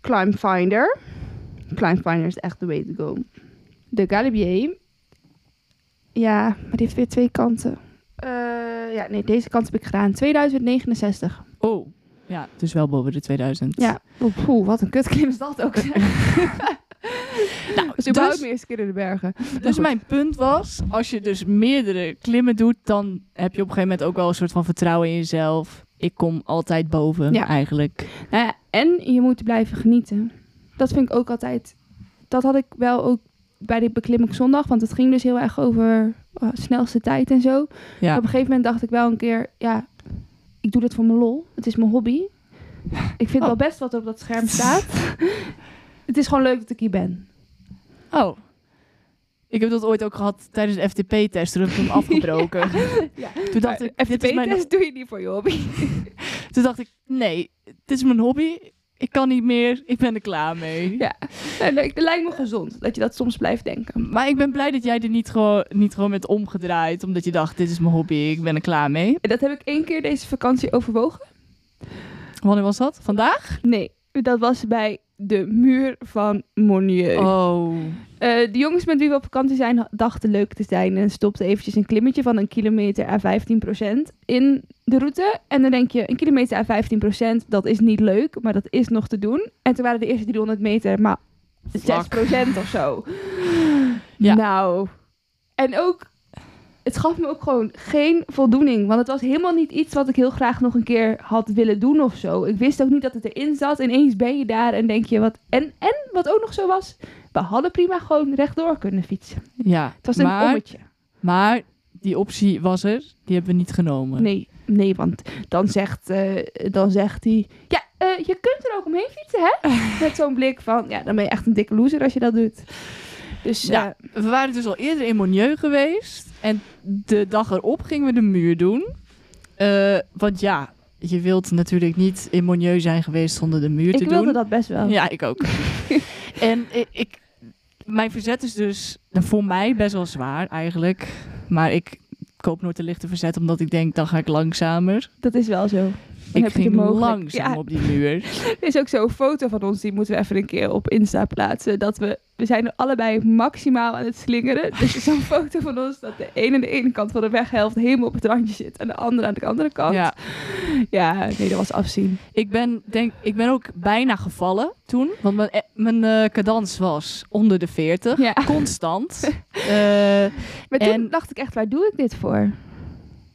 [SPEAKER 2] Climb Finder. Climb Finder is echt the way to go. De Galibier. Ja, maar die heeft weer twee kanten. Eh, ja, nee, deze kant heb ik gedaan. 2069.
[SPEAKER 1] Oh, ja, dus wel boven de 2000.
[SPEAKER 2] Ja, oh, poeh, wat een kutklim is dat ook.
[SPEAKER 1] nou,
[SPEAKER 2] Dus überhaupt
[SPEAKER 1] dus,
[SPEAKER 2] mijn eerste keer in de bergen.
[SPEAKER 1] dus mijn punt was, als je dus meerdere klimmen doet, dan heb je op een gegeven moment ook wel een soort van vertrouwen in jezelf. Ik kom altijd boven,
[SPEAKER 2] Ja.
[SPEAKER 1] eigenlijk.
[SPEAKER 2] Nou ja, en je moet blijven genieten. Dat vind ik ook altijd. Dat had ik wel ook bij de beklimming zondag. Want het ging dus heel erg over eh, snelste tijd en zo.
[SPEAKER 1] Ja.
[SPEAKER 2] Op een gegeven moment dacht ik wel een keer, ja, ik doe dit voor mijn lol. Het is mijn hobby. Ik vind
[SPEAKER 1] Oh.
[SPEAKER 2] wel best wat er op dat scherm staat. het is gewoon leuk dat ik hier ben.
[SPEAKER 1] Oh. Ik heb dat ooit ook gehad tijdens de FTP-test. Toen heb ik hem afgebroken.
[SPEAKER 2] Ja.
[SPEAKER 1] Toen dacht ik, dit is mijn...
[SPEAKER 2] doe je niet voor je hobby.
[SPEAKER 1] Toen dacht ik, nee, dit is mijn hobby. Ik kan niet meer. Ik ben er klaar mee.
[SPEAKER 2] Ja. Nee, nee, Het lijkt me gezond dat je dat soms blijft denken.
[SPEAKER 1] Maar ik ben blij dat jij er niet gewoon, niet gewoon met omgedraaid. Omdat je dacht, dit is mijn hobby. Ik ben er klaar mee.
[SPEAKER 2] Dat heb ik één keer deze vakantie overwogen.
[SPEAKER 1] Wanneer was dat? Vandaag?
[SPEAKER 2] Nee, dat was bij de muur van Monieu.
[SPEAKER 1] Oh.
[SPEAKER 2] Eh, de jongens met wie we op vakantie zijn ha- dachten leuk te zijn en stopten eventjes een klimmetje van een kilometer à 15% in de route. En dan denk je, een kilometer à 15%, dat is niet leuk, maar dat is nog te doen. En toen waren de eerste 300 meter maar 6% of zo.
[SPEAKER 1] Ja.
[SPEAKER 2] Nou, en ook, het gaf me ook gewoon geen voldoening, want het was helemaal niet iets wat ik heel graag nog een keer had willen doen of zo. Ik wist ook niet dat het erin zat. Ineens ben je daar en denk je, wat... En, en wat ook nog zo was, we hadden prima gewoon rechtdoor kunnen fietsen.
[SPEAKER 1] Ja.
[SPEAKER 2] Het was een
[SPEAKER 1] maar,
[SPEAKER 2] ommetje.
[SPEAKER 1] maar die optie was er. Die hebben we niet genomen.
[SPEAKER 2] Nee, nee, want dan zegt, eh, dan zegt hij... Ja, eh, je kunt er ook omheen fietsen, hè? Met zo'n blik van... Ja, dan ben je echt een dikke loser als je dat doet. Dus
[SPEAKER 1] Ja.
[SPEAKER 2] ja,
[SPEAKER 1] We waren dus al eerder in Monieu geweest. En de dag erop gingen we de muur doen. Eh, want ja, je wilt natuurlijk niet in Monieu zijn geweest zonder de muur
[SPEAKER 2] ik
[SPEAKER 1] te
[SPEAKER 2] wilde
[SPEAKER 1] doen.
[SPEAKER 2] dat best wel.
[SPEAKER 1] Ja, ik ook. en i- ik, mijn verzet is dus voor mij best wel zwaar eigenlijk. Maar ik koop nooit een lichte verzet omdat ik denk, dan ga ik langzamer.
[SPEAKER 2] Dat is wel zo.
[SPEAKER 1] ik
[SPEAKER 2] heb je
[SPEAKER 1] ging
[SPEAKER 2] de mogelijk-
[SPEAKER 1] langzaam
[SPEAKER 2] Ja.
[SPEAKER 1] op die muur.
[SPEAKER 2] Er is ook zo'n foto van ons, die moeten we even een keer op Insta plaatsen. Dat we, we zijn allebei maximaal aan het slingeren. Dus er is zo'n foto van ons dat de ene aan de ene kant van de weghelft helemaal op het randje zit. En de andere aan de andere kant.
[SPEAKER 1] Ja,
[SPEAKER 2] Ja, nee, dat was afzien.
[SPEAKER 1] ik, ben, denk, ik ben ook bijna gevallen toen. Want mijn, eh, mijn eh, cadans was onder de 40.
[SPEAKER 2] Ja.
[SPEAKER 1] Constant. Eh,
[SPEAKER 2] Maar toen
[SPEAKER 1] En-
[SPEAKER 2] dacht ik echt, waar doe ik dit voor?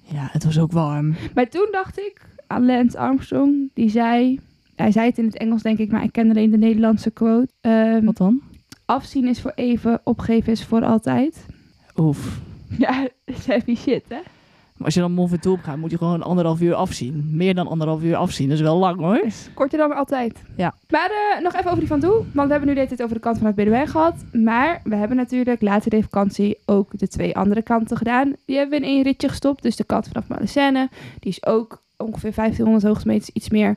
[SPEAKER 1] ja, het was ook warm.
[SPEAKER 2] Maar toen dacht ik aan Lance Armstrong. Die zei, hij zei het in het Engels denk ik, maar ik ken alleen de Nederlandse quote. Ehm,
[SPEAKER 1] Wat dan?
[SPEAKER 2] afzien is voor even, opgeven is voor altijd.
[SPEAKER 1] Oef.
[SPEAKER 2] Ja, dat is heavy shit, hè?
[SPEAKER 1] Maar als je dan Mont Ventoux op gaat, moet je gewoon anderhalf uur afzien. Meer dan anderhalf uur afzien. Dat is wel lang hoor.
[SPEAKER 2] Korter dan altijd.
[SPEAKER 1] Ja.
[SPEAKER 2] Maar eh, nog even over die van toe. Want we hebben nu de hele tijd over de kant van het Binnenweg gehad. Maar we hebben natuurlijk later deze vakantie ook de twee andere kanten gedaan. Die hebben we in één ritje gestopt. Dus de kant vanaf Malesenne. Die is ook ongeveer 1500 hoogtemeters, iets meer.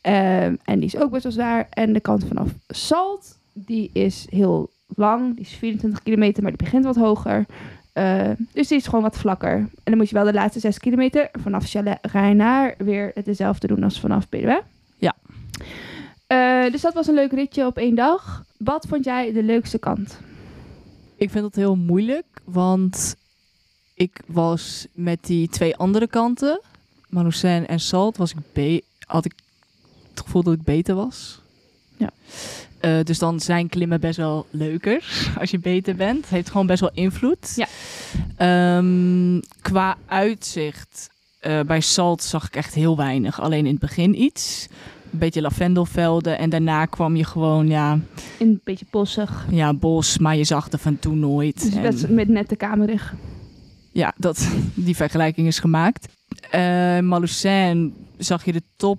[SPEAKER 2] Ehm, en die is ook best wel zwaar. En de kant vanaf Salt. Die is heel lang. Die is 24 kilometer, maar die begint wat hoger. Eh, dus die is gewoon wat vlakker. En dan moet je wel de laatste 6 kilometer vanaf Chalet Reinaar weer hetzelfde doen als vanaf Binnenweg. Eh, dus dat was een leuk ritje op één dag. Wat vond jij de leukste kant?
[SPEAKER 1] Ik vind dat heel moeilijk, want ik was met die twee andere kanten, Maroussin en Salt, was ik be- had ik het gevoel dat ik beter was.
[SPEAKER 2] Ja.
[SPEAKER 1] Eh, dus dan zijn klimmen best wel leuker als je beter bent. Het heeft gewoon best wel invloed.
[SPEAKER 2] Ja.
[SPEAKER 1] Ehm, qua uitzicht, eh, bij Salt zag ik echt heel weinig. Alleen in het begin iets. Een beetje lavendelvelden en daarna kwam je gewoon, ja,
[SPEAKER 2] Een beetje bossig.
[SPEAKER 1] ja bos, maar je zag er van toen nooit.
[SPEAKER 2] Dus
[SPEAKER 1] En-
[SPEAKER 2] best met nette kamerig.
[SPEAKER 1] ja, dat, die vergelijking is gemaakt. Eh Maloucin zag je de top.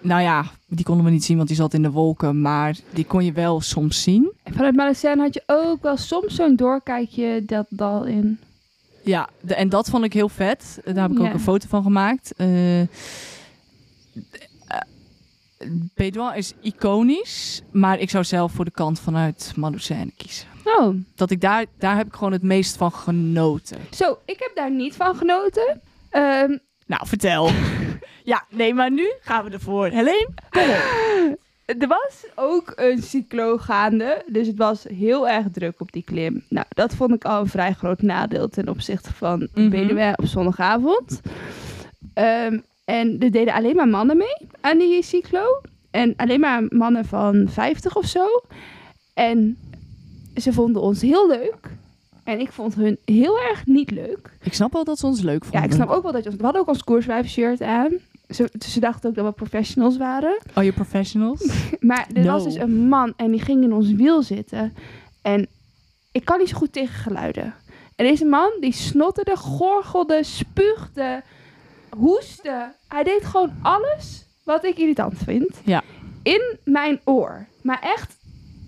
[SPEAKER 1] Nou ja, die konden we niet zien, want die zat in de wolken. Maar die kon je wel soms zien.
[SPEAKER 2] En vanuit Malacijn had je ook wel soms zo'n doorkijkje dat dal in.
[SPEAKER 1] Ja, de- en dat vond ik heel vet. Daar heb ik
[SPEAKER 2] Ja.
[SPEAKER 1] ook een foto van gemaakt. Eh eh, Bédouin is iconisch. Maar ik zou zelf voor de kant vanuit Maloucin kiezen.
[SPEAKER 2] Oh,
[SPEAKER 1] Dat ik daar, daar heb ik gewoon het meest van genoten.
[SPEAKER 2] zo, ik heb daar niet van genoten. Ehm,
[SPEAKER 1] Nou, vertel. ja, nee, maar nu gaan we ervoor. Helene?
[SPEAKER 2] er was ook een cyclo gaande, dus het was heel erg druk op die klim. Nou, dat vond ik al een vrij groot nadeel ten opzichte van
[SPEAKER 1] Mhm.
[SPEAKER 2] BDW op zondagavond. Ehm, en er deden alleen maar mannen mee aan die cyclo. En alleen maar mannen van 50 of zo. En ze vonden ons heel leuk. En ik vond hun heel erg niet leuk.
[SPEAKER 1] Ik snap wel dat ze ons leuk vonden.
[SPEAKER 2] Ja, ik snap ook wel dat je ons... We hadden ook ons koerswijf shirt aan. Ze, ze dachten ook dat we professionals waren.
[SPEAKER 1] Are you Oh, professionals?
[SPEAKER 2] Maar er was
[SPEAKER 1] No.
[SPEAKER 2] dus een man en die ging in ons wiel zitten. En ik kan niet zo goed tegen geluiden. En deze man die snotterde, gorgelde, spuugde, hoestte. Hij deed gewoon alles wat ik irritant vind.
[SPEAKER 1] Ja.
[SPEAKER 2] In mijn oor. Maar echt,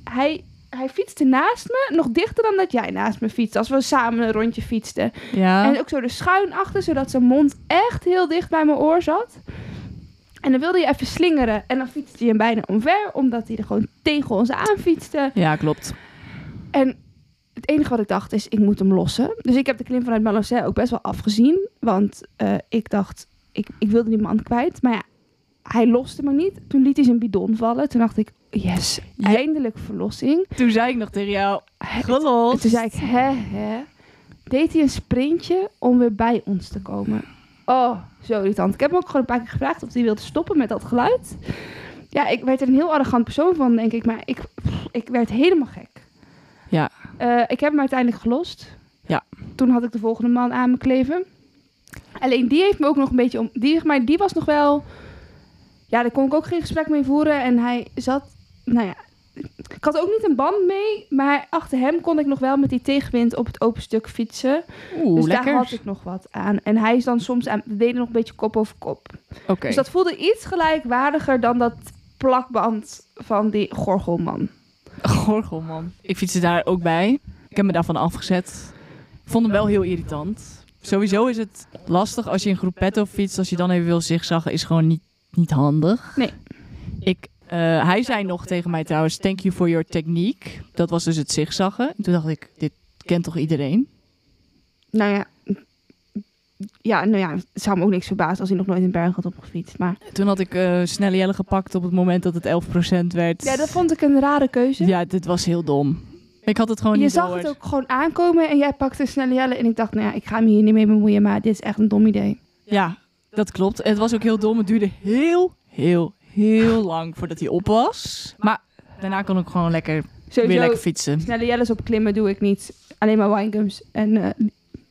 [SPEAKER 2] hij, hij fietste naast me, nog dichter dan dat jij naast me fietste. Als we samen een rondje fietsten.
[SPEAKER 1] ja.
[SPEAKER 2] En ook zo er schuin achter, zodat zijn mond echt heel dicht bij mijn oor zat. En dan wilde je even slingeren. En dan fietste hij hem bijna omver, omdat hij er gewoon tegen ons aan fietste.
[SPEAKER 1] Ja, klopt.
[SPEAKER 2] En het enige wat ik dacht is, ik moet hem lossen. Dus ik heb de klim vanuit Malocet ook best wel afgezien. Want eh, ik dacht, ik, ik wilde die man kwijt. Maar ja, hij loste me niet. Toen liet hij zijn bidon vallen. Toen dacht ik, yes,
[SPEAKER 1] Ja.
[SPEAKER 2] eindelijk verlossing.
[SPEAKER 1] Toen zei ik nog tegen jou,
[SPEAKER 2] En
[SPEAKER 1] gelost.
[SPEAKER 2] toen zei ik, hè, hè. Deed hij een sprintje om weer bij ons te komen. Oh, zo irritant. Ik heb hem ook gewoon een paar keer gevraagd of hij wilde stoppen met dat geluid. Ja, ik werd er een heel arrogant persoon van, denk ik. Maar ik, pff, ik werd helemaal gek.
[SPEAKER 1] Ja.
[SPEAKER 2] Eh, ik heb hem uiteindelijk gelost.
[SPEAKER 1] Ja.
[SPEAKER 2] Toen had ik de volgende man aan me kleven. Alleen die heeft me ook nog een beetje om... Die, maar die was nog wel... Ja, daar kon ik ook geen gesprek mee voeren. En hij zat... Nou ja, ik had ook niet een band mee. Maar achter hem kon ik nog wel met die tegenwind op het open stuk fietsen.
[SPEAKER 1] Oeh,
[SPEAKER 2] dus
[SPEAKER 1] lekker.
[SPEAKER 2] daar had ik nog wat aan. En hij is dan soms aan... We deden nog een beetje kop over kop.
[SPEAKER 1] Oké.
[SPEAKER 2] Dus dat voelde iets gelijkwaardiger dan dat plakband van die gorgelman.
[SPEAKER 1] Gorgelman. Ik fietste daar ook bij. Ik heb me daarvan afgezet. Vond hem wel heel irritant. Sowieso is het lastig als je in groepetto fietst. Als je dan even wil zigzaggen, is gewoon niet, niet handig.
[SPEAKER 2] Nee.
[SPEAKER 1] Ik, eh, hij zei nog tegen mij trouwens, thank you for your technique. Dat was dus het zigzaggen. En Toen dacht ik, dit kent toch iedereen?
[SPEAKER 2] Nou ja. Ja, nou ja, het zou me ook niks verbazen als hij nog nooit een berg had opgefietst. Maar...
[SPEAKER 1] Toen had ik eh snelle jelle gepakt op het moment dat het 11% werd.
[SPEAKER 2] Ja, dat vond ik een rare keuze.
[SPEAKER 1] Ja, dit was heel dom. Ik had het gewoon
[SPEAKER 2] je
[SPEAKER 1] niet
[SPEAKER 2] zag
[SPEAKER 1] door.
[SPEAKER 2] het ook gewoon aankomen en jij pakte een snelle jelle. En ik dacht, nou ja, ik ga me hier niet mee bemoeien, maar dit is echt een dom idee.
[SPEAKER 1] Ja, dat klopt. Het was ook heel dom. Het duurde heel, heel, heel lang voordat hij op was. Maar daarna kon ik gewoon lekker, weer
[SPEAKER 2] Sowieso,
[SPEAKER 1] lekker fietsen.
[SPEAKER 2] snelle jelles op klimmen doe ik niet. Alleen maar winegums en eh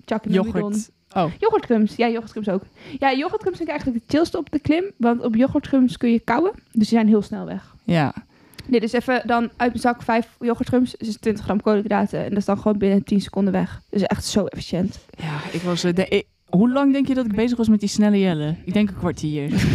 [SPEAKER 2] chak in de bidon.
[SPEAKER 1] Yoghurt. Oh,
[SPEAKER 2] Yoghurtcrumbs, ja, yoghurtcrumbs ook. Ja, yoghurtcrumbs vind ik eigenlijk de chillste op de klim. Want op yoghurtcrumbs kun je kauwen, dus die zijn heel snel weg.
[SPEAKER 1] ja.
[SPEAKER 2] Dit is even dan uit mijn zak vijf yoghurtcrumbs, dus 20 gram koolhydraten. En dat is dan gewoon binnen 10 seconden weg. Dus echt zo efficiënt.
[SPEAKER 1] Ja, ik was... eh, de- ik- hoe lang denk je dat ik bezig was met die snelle jellen? Ik denk een kwartier.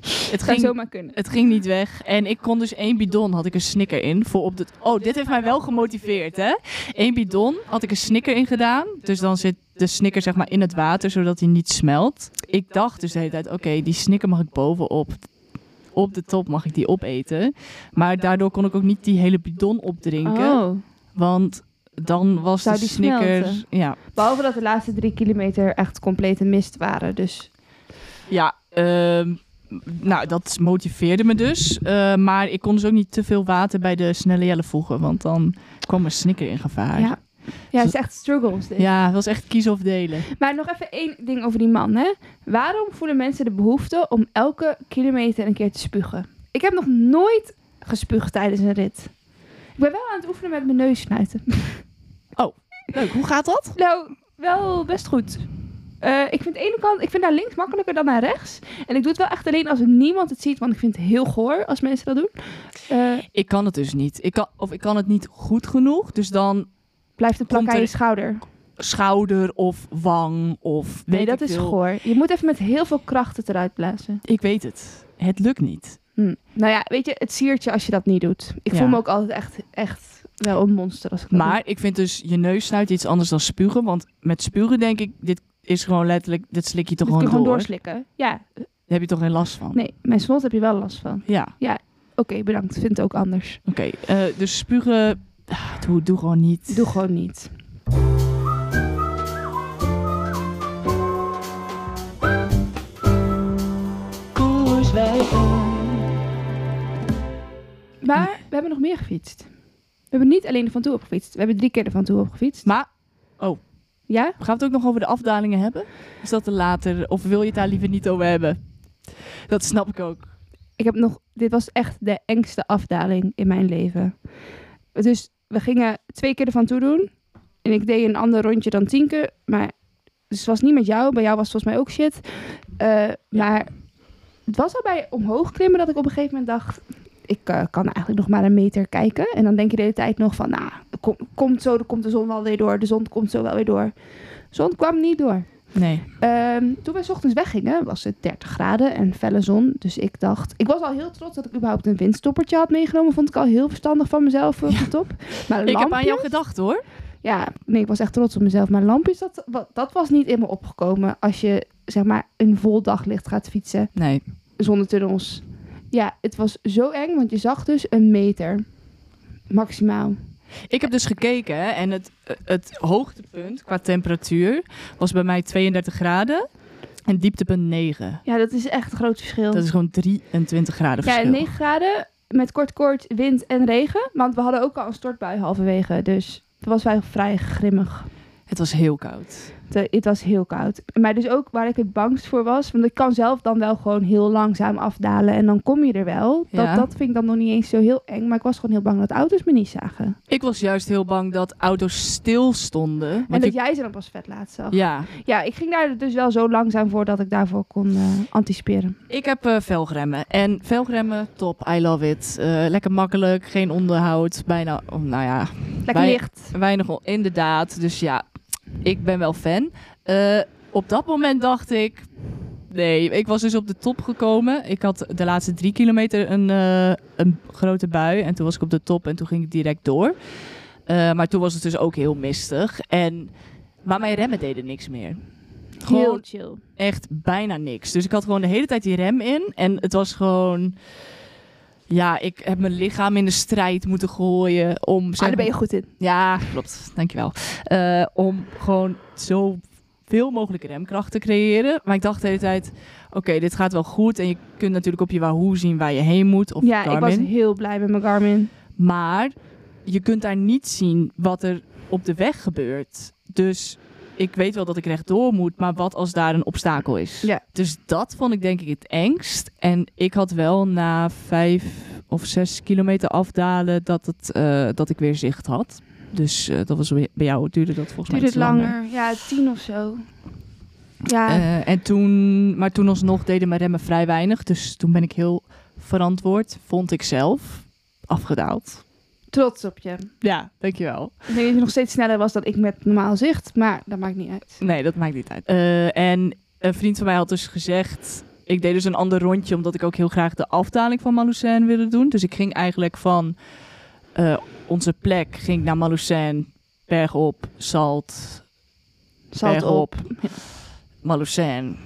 [SPEAKER 1] het,
[SPEAKER 2] Zou
[SPEAKER 1] ging,
[SPEAKER 2] zomaar kunnen.
[SPEAKER 1] het ging niet weg. En ik kon dus één bidon, had ik een snicker in. Voor op de, oh, dit heeft mij wel gemotiveerd, hè? Eén bidon had ik een snicker in gedaan. Dus dan zit de snicker zeg maar in het water, zodat hij niet smelt. Ik dacht dus de hele tijd, oké, die snicker mag ik bovenop. Op de top mag ik die opeten. Maar daardoor kon ik ook niet die hele bidon opdrinken. Want dan was
[SPEAKER 2] Oh. Zou
[SPEAKER 1] de
[SPEAKER 2] die
[SPEAKER 1] snicker...
[SPEAKER 2] smelten?
[SPEAKER 1] Ja,
[SPEAKER 2] Behalve dat de laatste drie kilometer echt complete mist waren. Dus
[SPEAKER 1] ja ehm, nou, dat motiveerde me dus. Eh, maar ik kon dus ook niet te veel water bij de snelle jelle voegen. Want dan kwam mijn snicker in gevaar.
[SPEAKER 2] ja. Ja, het is echt struggles. dit.
[SPEAKER 1] Ja, het was echt kiezen of delen.
[SPEAKER 2] Maar nog even één ding over die man, hè. Waarom voelen mensen de behoefte om elke kilometer een keer te spugen? Ik heb nog nooit gespuugd tijdens een rit. Ik ben wel aan het oefenen met mijn neus snuiten.
[SPEAKER 1] Leuk, hoe gaat dat?
[SPEAKER 2] nou, wel best goed. Eh, ik vind de ene kant, ik vind naar links makkelijker dan naar rechts. En ik doe het wel echt alleen als niemand het ziet, want ik vind het heel goor als mensen dat doen. Eh,
[SPEAKER 1] Ik kan het dus niet. Ik kan, of ik kan het niet goed genoeg. Dus dan
[SPEAKER 2] blijft een plak
[SPEAKER 1] Komt
[SPEAKER 2] aan je
[SPEAKER 1] er-
[SPEAKER 2] schouder.
[SPEAKER 1] schouder of wang of weet
[SPEAKER 2] Nee, dat
[SPEAKER 1] ik
[SPEAKER 2] is
[SPEAKER 1] veel.
[SPEAKER 2] goor. Je moet even met heel veel kracht het eruit blazen.
[SPEAKER 1] Ik weet het. Het lukt niet.
[SPEAKER 2] Hm. Nou ja, weet je, het siert je als je dat niet doet. Ik
[SPEAKER 1] Ja.
[SPEAKER 2] voel me ook altijd echt, echt wel een monster als ik dat
[SPEAKER 1] Maar ik vind dus je neus snuit iets anders dan spugen. Want met spugen denk ik, dit is gewoon letterlijk, dit slik je toch
[SPEAKER 2] doe. Dat kun je
[SPEAKER 1] gewoon,
[SPEAKER 2] gewoon
[SPEAKER 1] door.
[SPEAKER 2] Dus doorslikken. Ja, eh,
[SPEAKER 1] Daar heb je toch geen last van?
[SPEAKER 2] nee, mijn snot heb je wel last van.
[SPEAKER 1] Ja.
[SPEAKER 2] Oké, bedankt. Vind het ook anders.
[SPEAKER 1] Oké, eh, dus spugen, ah, doe, doe gewoon niet.
[SPEAKER 2] Doe gewoon niet. Maar we hebben nog meer gefietst. We hebben niet alleen de Van Toe opgefietst. We hebben drie keer de Van Toe opgefietst.
[SPEAKER 1] Maar
[SPEAKER 2] Ja?
[SPEAKER 1] gaan we het ook nog over de afdalingen hebben? Is dat er later? Of wil je het daar liever niet over hebben? Dat snap ik ook.
[SPEAKER 2] ik heb nog, dit was echt de engste afdaling in mijn leven. Dus we gingen twee keer ervan toe doen. En ik deed een ander rondje dan tien keer. Maar dus het was niet met jou. Bij jou was het volgens mij ook shit. Eh, Maar het was al bij omhoog klimmen dat ik op een gegeven moment dacht... Ik eh, kan eigenlijk nog maar een meter kijken. En dan denk je de hele tijd nog van... Nou, kom, komt zo, dan komt de zon wel weer door. De zon komt zo wel weer door. zon kwam niet door.
[SPEAKER 1] Nee.
[SPEAKER 2] Ehm, toen wij 's ochtends weggingen, was het 30 graden en felle zon. Dus ik dacht, ik was al heel trots dat ik überhaupt een windstoppertje had meegenomen. Vond ik al heel verstandig van mezelf eh, op de top. Maar
[SPEAKER 1] Ik heb aan
[SPEAKER 2] lampje-
[SPEAKER 1] jou gedacht hoor.
[SPEAKER 2] Ja, nee, ik was echt trots op mezelf. Maar lampjes, dat, wa- dat was niet in me opgekomen. Als je zeg maar, een vol daglicht gaat fietsen
[SPEAKER 1] Nee.
[SPEAKER 2] zonder tunnels. Ja, het was zo eng, want je zag dus een meter. Maximaal.
[SPEAKER 1] Ik heb dus gekeken hè, en het, het hoogtepunt qua temperatuur was bij mij 32 graden en dieptepunt 9.
[SPEAKER 2] Ja, dat is echt een groot verschil.
[SPEAKER 1] Dat is gewoon 23 graden
[SPEAKER 2] ja,
[SPEAKER 1] verschil.
[SPEAKER 2] 9 graden met kort kort wind en regen. Want we hadden ook al een stortbui halverwege. Dus het was wel vrij grimmig.
[SPEAKER 1] Het was heel koud.
[SPEAKER 2] Het, het was heel koud. Maar dus ook waar ik het bangst voor was. Want ik kan zelf dan wel gewoon heel langzaam afdalen. En dan kom je er wel. Dat,
[SPEAKER 1] Ja.
[SPEAKER 2] dat vind ik dan nog niet eens zo heel eng. Maar ik was gewoon heel bang dat auto's me niet zagen.
[SPEAKER 1] Ik was juist heel bang dat auto's stil stonden.
[SPEAKER 2] en
[SPEAKER 1] want
[SPEAKER 2] dat
[SPEAKER 1] je-
[SPEAKER 2] jij ze dan pas vet laat zag.
[SPEAKER 1] ja,
[SPEAKER 2] Ja, ik ging daar dus wel zo langzaam voor dat ik daarvoor kon eh, anticiperen.
[SPEAKER 1] ik heb eh, velgremmen. En velgremmen, top, I love it. Eh, lekker makkelijk, geen onderhoud, bijna, oh, nou ja,
[SPEAKER 2] Lekker
[SPEAKER 1] Wij-
[SPEAKER 2] licht.
[SPEAKER 1] Weinig on- inderdaad. Dus ja, ik ben wel fan. Eh, op dat moment dacht ik. Nee, ik was dus op de top gekomen. Ik had de laatste drie kilometer een, eh, een grote bui. En toen was ik op de top en toen ging ik direct door. Eh, maar toen was het dus ook heel mistig. En, maar mijn remmen deden niks meer.
[SPEAKER 2] Heel
[SPEAKER 1] Gewoon
[SPEAKER 2] chill.
[SPEAKER 1] echt bijna niks. Dus ik had gewoon de hele tijd die rem in. En het was gewoon... Ja, ik heb mijn lichaam in de strijd moeten gooien om...
[SPEAKER 2] Ah,
[SPEAKER 1] zeg
[SPEAKER 2] daar ben je goed in.
[SPEAKER 1] ja, klopt. Dankjewel. Eh om gewoon zo veel mogelijk remkracht te creëren. Maar ik dacht de hele tijd, oké, dit gaat wel goed. En je kunt natuurlijk op je Wahoo zien waar je heen moet. Of
[SPEAKER 2] ja, ik
[SPEAKER 1] Garmin.
[SPEAKER 2] was heel blij met mijn Garmin.
[SPEAKER 1] Maar je kunt daar niet zien wat er op de weg gebeurt. Dus ik weet wel dat ik rechtdoor moet, maar wat als daar een obstakel is?
[SPEAKER 2] Ja.
[SPEAKER 1] Dus dat vond ik denk ik het engst. En ik had wel na vijf of zes kilometer afdalen dat, het, eh, dat ik weer zicht had. Dus eh, dat was bij bij jou, duurde dat volgens
[SPEAKER 2] Duurde
[SPEAKER 1] mij
[SPEAKER 2] het
[SPEAKER 1] iets langer.
[SPEAKER 2] langer? Ja, tien of zo. Ja,
[SPEAKER 1] Eh, en toen, maar toen alsnog deden mijn remmen vrij weinig. Dus toen ben ik heel verantwoord, vond ik zelf, afgedaald.
[SPEAKER 2] trots op je.
[SPEAKER 1] Ja, dankjewel.
[SPEAKER 2] Ik denk dat je nog steeds sneller was dan ik met normaal zicht, maar dat maakt niet uit.
[SPEAKER 1] Nee, dat maakt niet uit. Eh, en een vriend van mij had dus gezegd... Ik deed dus een ander rondje, omdat ik ook heel graag de afdaling van Maloucin wilde doen. Dus ik ging eigenlijk van eh, onze plek ging ik naar Maloucin, bergop, Salt,
[SPEAKER 2] Zalt op.
[SPEAKER 1] bergop, Maloucin.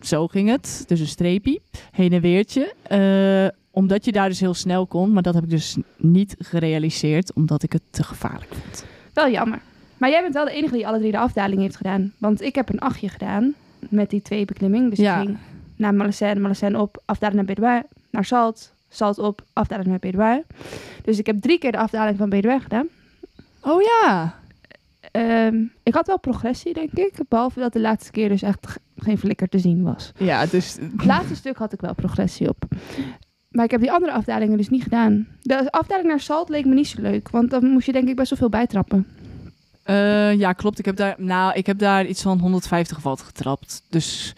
[SPEAKER 1] Zo ging het, dus een streepje, heen en weertje. Eh, omdat je daar dus heel snel kon, maar dat heb ik dus niet gerealiseerd, omdat ik het te gevaarlijk vond.
[SPEAKER 2] Wel jammer. Maar jij bent wel de enige die alle drie de afdaling heeft gedaan. Want ik heb een achtje gedaan met die twee beklimming. Dus
[SPEAKER 1] Ja.
[SPEAKER 2] ik ging naar Malacen, Malacen op, afdaling naar Bedouin, naar Salt, Salt op, afdaling naar Bedouin. Dus ik heb drie keer de afdaling van Bedouin gedaan.
[SPEAKER 1] Oh ja,
[SPEAKER 2] Ehm, ik had wel progressie, denk ik. Behalve dat de laatste keer dus echt ge- geen flikker te zien was.
[SPEAKER 1] ja, dus
[SPEAKER 2] Het laatste stuk had ik wel progressie op. Maar ik heb die andere afdalingen dus niet gedaan. De afdaling naar Salt leek me niet zo leuk. Want dan moest je denk ik best wel veel bijtrappen.
[SPEAKER 1] Eh, ja, klopt. Ik heb, daar, nou, ik heb daar iets van 150 watt getrapt. Dus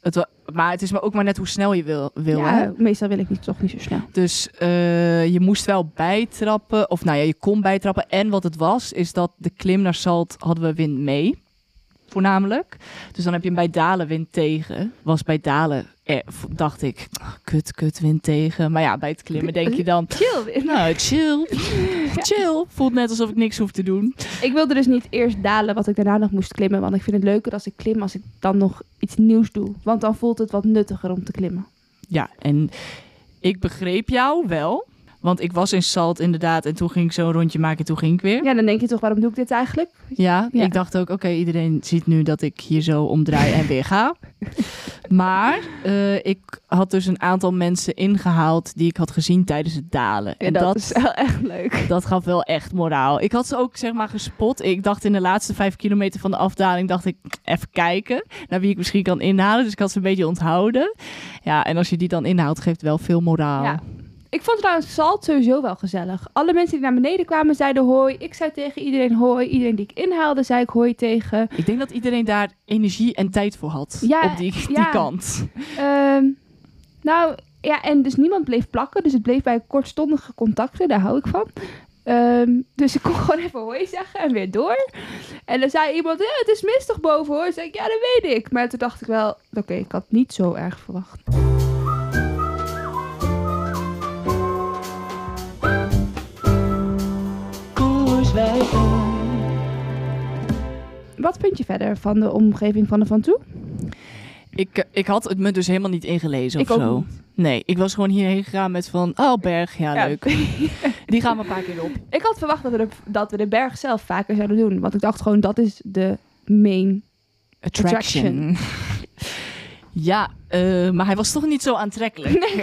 [SPEAKER 1] het wa- maar het is maar ook maar net hoe snel je wil. wil
[SPEAKER 2] ja,
[SPEAKER 1] hè?
[SPEAKER 2] meestal wil ik niet, toch niet zo snel.
[SPEAKER 1] Dus eh, je moest wel bijtrappen. Of nou ja, je kon bijtrappen. En wat het was, is dat de klim naar Salt hadden we wind mee. Voornamelijk. Dus dan heb je hem bij dalen wind tegen. Was bij dalen, eh, v- dacht ik, ah, kut, kut, wind tegen. Maar ja, bij het klimmen denk je dan,
[SPEAKER 2] Chill.
[SPEAKER 1] nou, chill. Chill. Voelt net alsof ik niks hoef te doen.
[SPEAKER 2] Ik wilde dus niet eerst dalen wat ik daarna nog moest klimmen. Want ik vind het leuker als ik klim als ik dan nog iets nieuws doe. Want dan voelt het wat nuttiger om te klimmen.
[SPEAKER 1] Ja, en ik begreep jou wel. Want ik was in Salt inderdaad. En toen ging ik zo'n rondje maken. En toen ging ik weer. Ja,
[SPEAKER 2] Ja, dan denk je toch, waarom doe ik dit eigenlijk? Ja.
[SPEAKER 1] ik dacht ook, oké, iedereen ziet nu dat ik hier zo omdraai en weer ga. Maar eh, ik had dus een aantal mensen ingehaald die ik had gezien tijdens het dalen.
[SPEAKER 2] En dat, is wel echt leuk.
[SPEAKER 1] dat gaf wel echt moraal. Ik had ze ook zeg maar gespot. Ik dacht in de laatste vijf kilometer van de afdaling dacht ik even kijken naar wie ik misschien kan inhalen. Dus ik had ze een beetje onthouden. Ja, en als je die dan inhaalt, geeft wel veel moraal.
[SPEAKER 2] Ja. Ik vond trouwens Salt sowieso wel gezellig. Alle mensen die naar beneden kwamen zeiden hoi. Ik zei tegen iedereen hoi. Iedereen die ik inhaalde zei ik hoi tegen.
[SPEAKER 1] Ik denk dat iedereen daar energie en tijd voor had.
[SPEAKER 2] Ja,
[SPEAKER 1] op die, die
[SPEAKER 2] ja.
[SPEAKER 1] kant.
[SPEAKER 2] Ehm, nou, ja, en dus niemand bleef plakken. Dus het bleef bij kortstondige contacten. Daar hou ik van. Ehm, dus ik kon gewoon even hoi zeggen en weer door. En dan zei iemand, "Eh, het is mistig boven hoor. Zei ik, ja, dat weet ik. Maar toen dacht ik wel, oké, ik had niet zo erg verwacht. Wat vind je verder van de omgeving van de Van Toe?
[SPEAKER 1] Ik, ik had het me dus helemaal niet ingelezen
[SPEAKER 2] Ik
[SPEAKER 1] of
[SPEAKER 2] ook
[SPEAKER 1] zo.
[SPEAKER 2] niet.
[SPEAKER 1] Nee, ik was gewoon hierheen gegaan met van, oh berg, ja,
[SPEAKER 2] Ja.
[SPEAKER 1] leuk. Die gaan we een paar keer op.
[SPEAKER 2] Ik had verwacht dat we, de, dat we de berg zelf vaker zouden doen. Want ik dacht gewoon, dat is de main.
[SPEAKER 1] Attraction. ja, eh, maar hij was toch niet zo aantrekkelijk.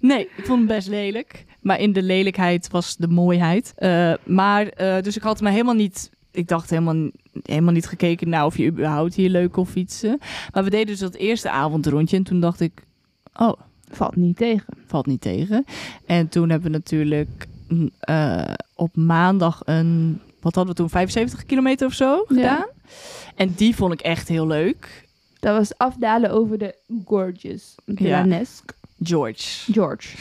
[SPEAKER 1] Nee. ik vond hem best lelijk. Maar in de lelijkheid was de mooiheid. Eh, maar, eh, dus ik had me helemaal niet... Ik dacht helemaal, helemaal niet gekeken naar of je überhaupt hier leuk kon fietsen. Maar we deden dus dat eerste avondrondje. En toen dacht ik, oh,
[SPEAKER 2] Valt niet tegen.
[SPEAKER 1] valt niet tegen. En toen hebben we natuurlijk mm, eh, op maandag een, wat hadden we toen, 75 kilometer of zo
[SPEAKER 2] Ja.
[SPEAKER 1] gedaan. En die vond ik echt heel leuk.
[SPEAKER 2] Dat was afdalen over de gorgeous. Pilanesque.
[SPEAKER 1] George.
[SPEAKER 2] George.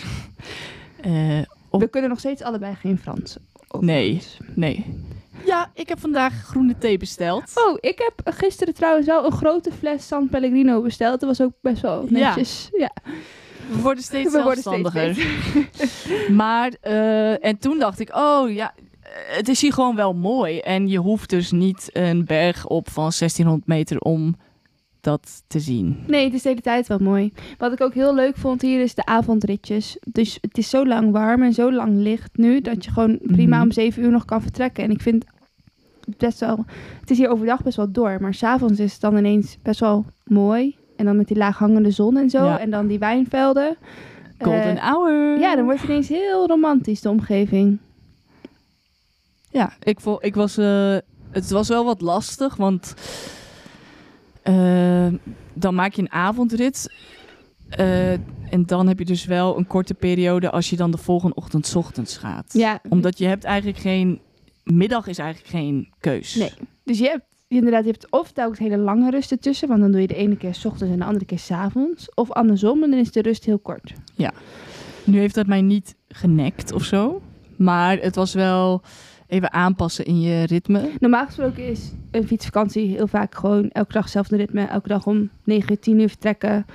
[SPEAKER 1] Eh, Op-
[SPEAKER 2] We kunnen nog steeds allebei geen Frans.
[SPEAKER 1] nee, nee. Ja, ik heb vandaag groene thee besteld.
[SPEAKER 2] Oh, ik heb gisteren trouwens wel een grote fles San Pellegrino besteld. Dat was ook best wel
[SPEAKER 1] Ja.
[SPEAKER 2] netjes. Ja.
[SPEAKER 1] We worden steeds
[SPEAKER 2] We worden steeds
[SPEAKER 1] zelfstandiger. maar, eh, en toen dacht ik, oh ja, eh, het is hier gewoon wel mooi. En je hoeft dus niet een berg op van 1600 meter om dat te zien.
[SPEAKER 2] Nee, het is de hele tijd wel mooi. Wat ik ook heel leuk vond hier is de avondritjes. Dus het is zo lang warm en zo lang licht nu dat je gewoon prima
[SPEAKER 1] Mhm.
[SPEAKER 2] om zeven uur nog kan vertrekken. En ik vind het best wel. Het is hier overdag best wel door, maar s'avonds is het dan ineens best wel mooi. En dan met die laag hangende zon en zo.
[SPEAKER 1] Ja.
[SPEAKER 2] En dan die wijnvelden.
[SPEAKER 1] Golden
[SPEAKER 2] Eh,
[SPEAKER 1] hour.
[SPEAKER 2] ja, dan wordt het ineens heel romantisch, de omgeving.
[SPEAKER 1] Ja, ik, vo- ik was. eh, het was wel wat lastig, want. eh, dan maak je een avondrit. eh, en dan heb je dus wel een korte periode als je dan de volgende ochtend 's ochtends gaat.
[SPEAKER 2] Ja,
[SPEAKER 1] Omdat je hebt eigenlijk geen. Middag is eigenlijk geen keus.
[SPEAKER 2] Nee. Dus je hebt inderdaad, je hebt of telkens hele lange rust ertussen, want dan doe je de ene keer 's ochtends en de andere keer 's avonds. Of andersom, en dan is de rust heel kort.
[SPEAKER 1] Nu heeft dat mij niet genekt of zo. Maar het was wel even aanpassen in je ritme.
[SPEAKER 2] Normaal gesproken is een fietsvakantie heel vaak gewoon elke dag hetzelfde ritme. Elke dag om 9 uur, 10 uur vertrekken,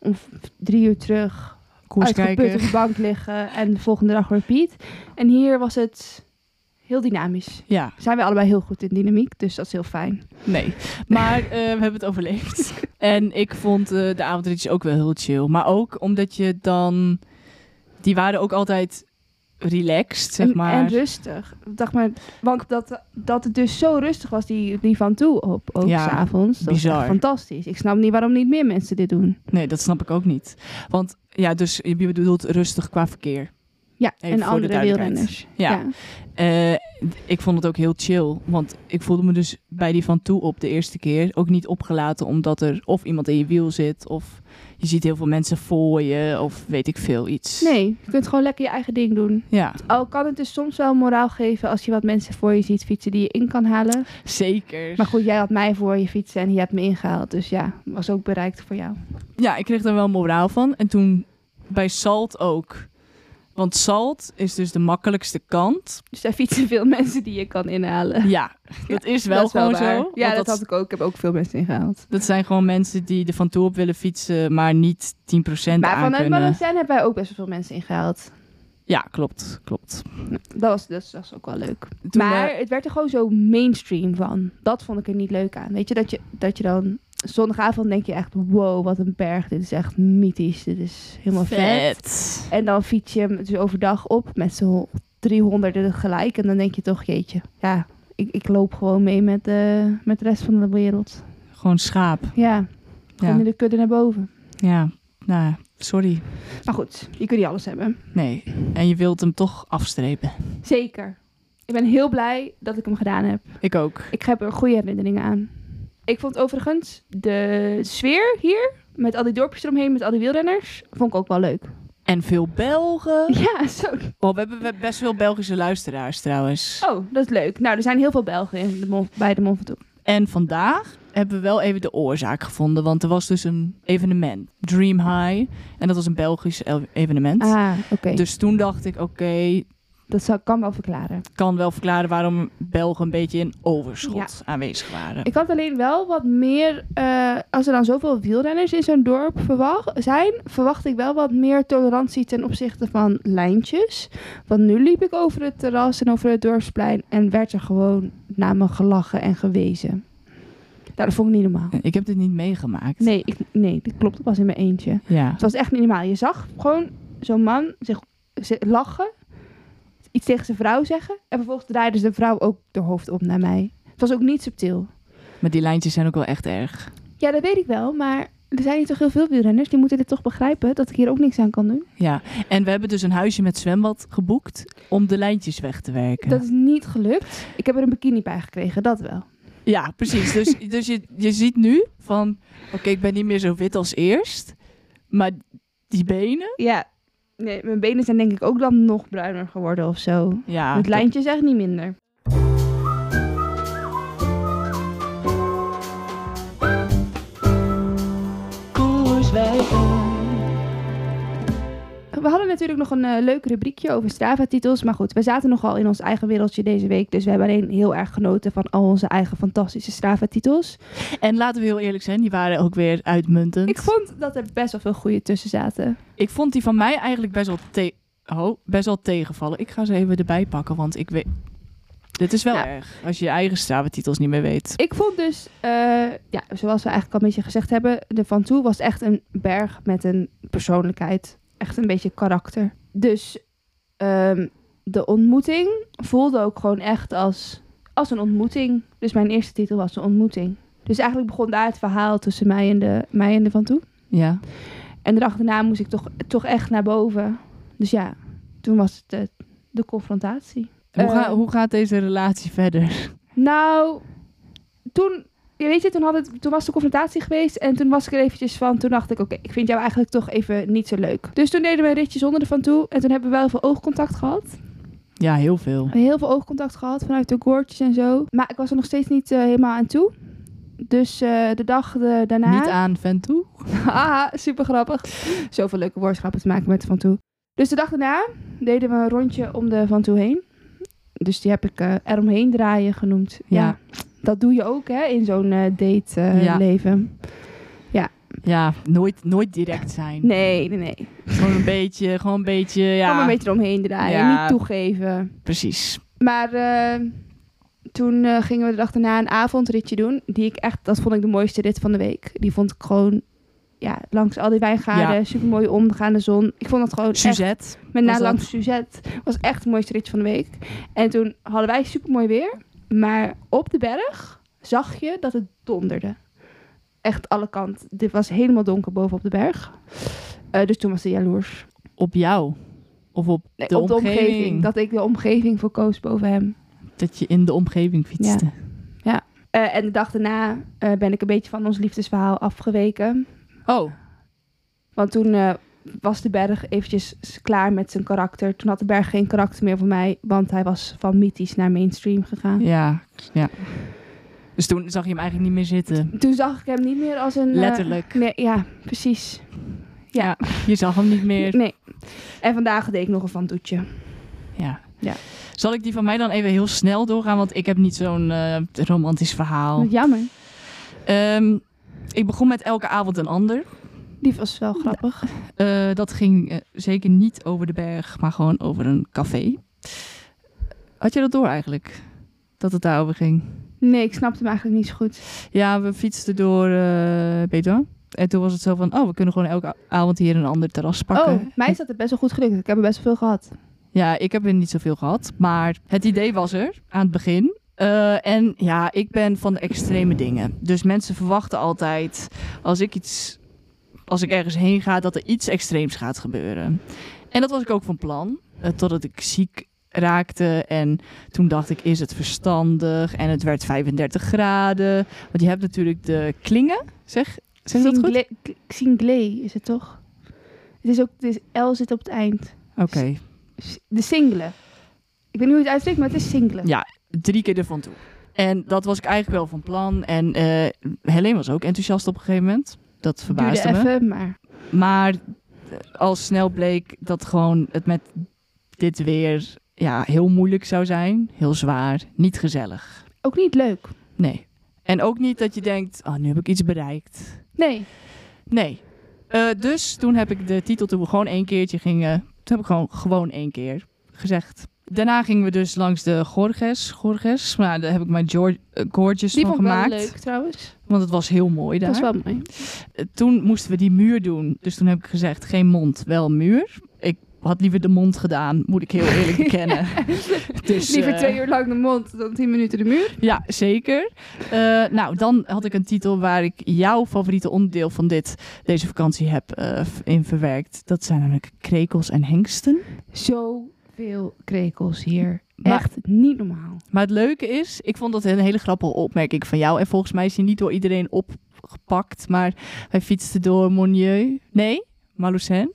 [SPEAKER 2] om v- 3 uur terug,
[SPEAKER 1] Koers
[SPEAKER 2] uitgeput op
[SPEAKER 1] kijken.
[SPEAKER 2] de bank liggen en de volgende dag repeat. En hier was het heel dynamisch.
[SPEAKER 1] Ja,
[SPEAKER 2] Zijn we allebei heel goed in dynamiek, dus dat is heel fijn.
[SPEAKER 1] Nee, maar eh, we hebben het overleefd. En ik vond eh, de avondritjes ook wel heel chill. Maar ook omdat je dan... Die waren ook altijd relaxed, zeg
[SPEAKER 2] En-
[SPEAKER 1] maar.
[SPEAKER 2] En, rustig. Dacht maar, want dat, dat het dus zo rustig was, die, die van toe op, ook
[SPEAKER 1] Ja,
[SPEAKER 2] s'avonds. Dat is
[SPEAKER 1] bizar.
[SPEAKER 2] fantastisch. Ik snap niet waarom niet meer mensen dit doen.
[SPEAKER 1] Nee, dat snap ik ook niet. Want ja, dus je bedoelt rustig qua verkeer.
[SPEAKER 2] Ja,
[SPEAKER 1] Even
[SPEAKER 2] en
[SPEAKER 1] voor de
[SPEAKER 2] andere
[SPEAKER 1] duidelijkheid.
[SPEAKER 2] wielrenners.
[SPEAKER 1] Ja. Eh, ik vond het ook heel chill. Want ik voelde me dus bij die van toe op de eerste keer ook niet opgelaten. Omdat er of iemand in je wiel zit. Of je ziet heel veel mensen voor je. Of weet ik veel iets.
[SPEAKER 2] Nee, je kunt gewoon lekker je eigen ding doen.
[SPEAKER 1] Ja,
[SPEAKER 2] Al kan het dus soms wel moraal geven als je wat mensen voor je ziet fietsen die je in kan halen.
[SPEAKER 1] zeker.
[SPEAKER 2] Maar goed, jij had mij voor je fietsen en je hebt me ingehaald. Dus ja, was ook bereikt voor jou.
[SPEAKER 1] ja, ik kreeg daar wel moraal van. En toen bij Salt ook. Want Salt is dus de makkelijkste kant.
[SPEAKER 2] Dus daar fietsen veel mensen die je kan inhalen.
[SPEAKER 1] Ja, dat is wel
[SPEAKER 2] Dat is
[SPEAKER 1] gewoon
[SPEAKER 2] waar.
[SPEAKER 1] zo.
[SPEAKER 2] Ja,
[SPEAKER 1] Want
[SPEAKER 2] dat, had ik ook. Ik heb ook veel mensen ingehaald.
[SPEAKER 1] dat zijn gewoon mensen die er van toe op willen fietsen, maar niet 10%
[SPEAKER 2] Maar
[SPEAKER 1] aan
[SPEAKER 2] vanuit
[SPEAKER 1] kunnen.
[SPEAKER 2] Valenciennes hebben wij ook best wel veel mensen ingehaald.
[SPEAKER 1] Ja, klopt, klopt.
[SPEAKER 2] Dat was, dat was ook wel leuk.
[SPEAKER 1] Toen,
[SPEAKER 2] maar
[SPEAKER 1] eh,
[SPEAKER 2] het werd er gewoon zo mainstream van. Dat vond ik er niet leuk aan. Weet je, dat je, dat je dan... Zondagavond denk je echt, wow, wat een berg. Dit is echt mythisch. Dit is helemaal vet. En dan fiets je hem dus overdag op met zo'n 300 gelijk. En dan denk je toch, jeetje, ja, ik, ik loop gewoon mee met, eh, met de rest van de wereld.
[SPEAKER 1] Gewoon schaap.
[SPEAKER 2] Ja,
[SPEAKER 1] Ja,
[SPEAKER 2] gewoon in de kudde naar boven.
[SPEAKER 1] ja. nou, sorry.
[SPEAKER 2] Maar goed, je kunt niet alles hebben.
[SPEAKER 1] Nee. En je wilt hem toch afstrepen.
[SPEAKER 2] Zeker. Ik ben heel blij dat ik hem gedaan heb.
[SPEAKER 1] Ik ook.
[SPEAKER 2] Ik heb er goede herinneringen aan. Ik vond overigens de sfeer hier, met al die dorpjes eromheen, met al die wielrenners, vond ik ook wel leuk.
[SPEAKER 1] En veel Belgen.
[SPEAKER 2] Ja, zo.
[SPEAKER 1] Oh, we hebben best veel Belgische luisteraars trouwens.
[SPEAKER 2] Oh, dat is leuk. Nou, er zijn heel veel Belgen in de Mont- bij de Mont Ventoux.
[SPEAKER 1] En vandaag hebben we wel even de oorzaak gevonden. Want er was dus een evenement. Dream High. En dat was een Belgisch el- evenement.
[SPEAKER 2] Ah, oké.
[SPEAKER 1] Dus toen dacht ik, oké,
[SPEAKER 2] Dat zou, kan wel verklaren.
[SPEAKER 1] kan wel verklaren waarom Belgen een beetje in overschot aanwezig waren.
[SPEAKER 2] Ik had alleen wel wat meer, eh, als er dan zoveel wielrenners in zo'n dorp verwacht, zijn, verwacht ik wel wat meer tolerantie ten opzichte van lijntjes. Want nu liep ik over het terras en over het dorpsplein en werd er gewoon naar me gelachen en gewezen. Nou, dat vond ik niet normaal.
[SPEAKER 1] Ik heb dit niet meegemaakt.
[SPEAKER 2] Nee, ik, nee, dit klopt. Ik was in mijn eentje.
[SPEAKER 1] Ja.
[SPEAKER 2] Het was echt niet normaal. Je zag gewoon zo'n man zich, zich lachen, iets tegen zijn vrouw zeggen. En vervolgens draaide de vrouw ook haar hoofd op naar mij. Het was ook niet subtiel.
[SPEAKER 1] Maar die lijntjes zijn ook wel echt erg.
[SPEAKER 2] Ja, dat weet ik wel, maar er zijn hier toch heel veel wielrenners. Die moeten dit toch begrijpen dat ik hier ook niks aan kan doen.
[SPEAKER 1] Ja. En we hebben dus een huisje met zwembad geboekt om de lijntjes weg te werken.
[SPEAKER 2] Dat is niet gelukt. Ik heb er een bikini bij gekregen, dat wel.
[SPEAKER 1] Ja, precies. Dus, dus je, je ziet nu van, oké, ik ben niet meer zo wit als eerst. Maar die benen,
[SPEAKER 2] Ja, nee, mijn benen zijn denk ik ook dan nog bruiner geworden of zo.
[SPEAKER 1] ja.
[SPEAKER 2] Het lijntje is echt niet minder. We hadden natuurlijk nog een eh, leuk rubriekje over Strava-titels. Maar goed, we zaten nogal in ons eigen wereldje deze week. Dus we hebben alleen heel erg genoten van al onze eigen fantastische Strava-titels.
[SPEAKER 1] En laten we heel eerlijk zijn, die waren ook weer uitmuntend.
[SPEAKER 2] Ik vond dat er best wel veel goede tussen zaten.
[SPEAKER 1] Ik vond die van mij eigenlijk best wel, te- oh, best wel tegenvallen. Ik ga ze even erbij pakken, want ik weet... Dit is wel
[SPEAKER 2] Ja.
[SPEAKER 1] erg, als je je eigen Strava-titels niet meer weet.
[SPEAKER 2] Ik vond dus, eh, ja, zoals we eigenlijk al een beetje gezegd hebben, de Van Toe was echt een berg met een persoonlijkheid. Echt een beetje karakter. Dus ehm, de ontmoeting voelde ook gewoon echt als, als een ontmoeting. Dus mijn eerste titel was een ontmoeting. Dus eigenlijk begon daar het verhaal tussen mij en de, mij en de Van Toe.
[SPEAKER 1] Ja.
[SPEAKER 2] En de dag daarna moest ik toch, toch echt naar boven. Dus ja, toen was het eh, de confrontatie.
[SPEAKER 1] Hoe,
[SPEAKER 2] Eh,
[SPEAKER 1] ga- hoe gaat deze relatie verder?
[SPEAKER 2] Nou, toen, je weet je, toen, had het, toen was de confrontatie geweest en toen was ik er eventjes van. Toen dacht ik, oké, ik vind jou eigenlijk toch even niet zo leuk. Dus toen deden we een ritje zonder ervan toe en toen hebben we wel heel veel oogcontact gehad.
[SPEAKER 1] Ja, heel veel.
[SPEAKER 2] We hebben heel veel oogcontact gehad vanuit de goortjes en zo. Maar ik was er nog steeds niet eh, helemaal aan toe. Dus eh, de dag eh, daarna...
[SPEAKER 1] Niet aan vent toe.
[SPEAKER 2] Haha, super grappig. Zoveel leuke woordgrappen te maken met de Van Toe. Dus de dag daarna deden we een rondje om de Van Toe heen. Dus die heb ik eh, eromheen draaien genoemd. Ja.
[SPEAKER 1] Ja.
[SPEAKER 2] Dat doe je ook hè, in zo'n eh,
[SPEAKER 1] Ja.
[SPEAKER 2] date-leven.
[SPEAKER 1] Ja, nooit, nooit direct zijn.
[SPEAKER 2] Nee, nee, nee.
[SPEAKER 1] Gewoon een beetje, gewoon een beetje, ja.
[SPEAKER 2] Kom een beetje eromheen draaien.
[SPEAKER 1] Ja.
[SPEAKER 2] Niet toegeven.
[SPEAKER 1] Precies.
[SPEAKER 2] Maar eh, toen eh, gingen we de dag daarna een avondritje doen. Die ik echt, dat vond ik de mooiste rit van de week. Die vond ik gewoon, ja, langs al die wijngaarden.
[SPEAKER 1] Ja.
[SPEAKER 2] Super mooi omgaande zon. Ik vond dat gewoon echt
[SPEAKER 1] Suzette. Was
[SPEAKER 2] Met na
[SPEAKER 1] dat?
[SPEAKER 2] langs Suzette. was echt het mooiste ritje van de week. En toen hadden wij super mooi weer. Maar op de berg zag je dat het donderde. Echt alle kanten. Dit was helemaal donker bovenop de berg. Eh, dus toen was ze jaloers.
[SPEAKER 1] Op jou. Of op
[SPEAKER 2] Nee,
[SPEAKER 1] de
[SPEAKER 2] op
[SPEAKER 1] omgeving.
[SPEAKER 2] de omgeving. Dat ik de omgeving voor koos boven hem.
[SPEAKER 1] Dat je in de omgeving fietste.
[SPEAKER 2] Eh, en de dag daarna eh, ben ik een beetje van ons liefdesverhaal afgeweken.
[SPEAKER 1] Oh,
[SPEAKER 2] Want toen eh, was de berg eventjes s- klaar met zijn karakter. Toen had de berg geen karakter meer voor mij. Want hij was van mythisch naar mainstream gegaan.
[SPEAKER 1] ja. ja. Dus toen zag je hem eigenlijk niet meer zitten.
[SPEAKER 2] Toen zag ik hem niet meer als een... eh,
[SPEAKER 1] Letterlijk.
[SPEAKER 2] nee, ja, precies.
[SPEAKER 1] Je zag hem niet meer. Oh.
[SPEAKER 2] Nee. En vandaag deed ik nog een van toetje.
[SPEAKER 1] Ja.
[SPEAKER 2] Ja.
[SPEAKER 1] Zal ik die van mij dan even heel snel doorgaan? Want ik heb niet zo'n eh, romantisch verhaal.
[SPEAKER 2] Jammer.
[SPEAKER 1] Ehm, ik begon met elke avond een ander.
[SPEAKER 2] Die was wel grappig.
[SPEAKER 1] Eh, dat ging eh, zeker niet over de berg, maar gewoon over een café. Had je dat door eigenlijk? Dat het daarover ging?
[SPEAKER 2] Nee, ik snapte hem eigenlijk niet zo goed.
[SPEAKER 1] Ja, we fietsten door eh Bedouin. En toen was het zo van, oh, we kunnen gewoon elke a- avond hier een ander terras pakken.
[SPEAKER 2] Oh, mij is dat best wel goed gelukt. Ik heb er best wel veel gehad.
[SPEAKER 1] Ja, ik heb er niet zoveel gehad. Maar het idee was er aan het begin. Eh, en ja, ik ben van de extreme dingen. Dus mensen verwachten altijd als ik iets. Als ik ergens heen ga, dat er iets extreems gaat gebeuren. En dat was ik ook van plan. eh, totdat ik ziek raakte. En toen dacht ik, is het verstandig? En het werd 35 graden. Want je hebt natuurlijk de klingen. Zeg, zeg je dat goed?
[SPEAKER 2] Xingle- K- Xingle is het toch? Het is ook, het is L zit op het eind.
[SPEAKER 1] Oké.
[SPEAKER 2] S- De single. Ik weet niet hoe je het uitspreekt, maar het is single.
[SPEAKER 1] Ja. drie keer ervan toe. En dat was ik eigenlijk wel van plan. En eh Helene was ook enthousiast op een gegeven moment. Dat
[SPEAKER 2] Duurde
[SPEAKER 1] verbaasde me.
[SPEAKER 2] even, maar
[SPEAKER 1] Maar eh, al snel bleek dat gewoon het met dit weer ja, heel moeilijk zou zijn. Heel zwaar. Niet gezellig.
[SPEAKER 2] ook niet leuk.
[SPEAKER 1] Nee. En ook niet dat je denkt, oh, nu heb ik iets bereikt.
[SPEAKER 2] Nee.
[SPEAKER 1] Nee. Eh, dus toen heb ik de titel, toen we gewoon één keertje gingen, toen heb ik gewoon, gewoon één keer gezegd. Daarna gingen we dus langs de Gorges. Gorges. Maar daar heb ik mijn Geor- eh, Gorges
[SPEAKER 2] Die
[SPEAKER 1] van
[SPEAKER 2] vond ik wel
[SPEAKER 1] gemaakt.
[SPEAKER 2] leuk trouwens.
[SPEAKER 1] Want het was heel mooi daar.
[SPEAKER 2] Dat is wel mooi.
[SPEAKER 1] Eh, Toen moesten we die muur doen. Dus toen heb ik gezegd, geen mond, wel muur. Ik had liever de mond gedaan, moet ik heel eerlijk bekennen. dus,
[SPEAKER 2] Liever
[SPEAKER 1] eh,
[SPEAKER 2] twee uur lang de mond dan tien minuten de muur.
[SPEAKER 1] Ja, zeker. Eh, nou, dan had ik een titel waar ik jouw favoriete onderdeel van dit, deze vakantie heb eh, in verwerkt. Dat zijn namelijk krekels en hengsten.
[SPEAKER 2] Zoveel krekels hier.
[SPEAKER 1] Maar-
[SPEAKER 2] Echt niet normaal.
[SPEAKER 1] Maar het leuke is, ik vond dat een hele grappige opmerking van jou. En volgens mij is die niet door iedereen opgepakt. Maar wij fietsten door Monieu. Nee, Maloucin.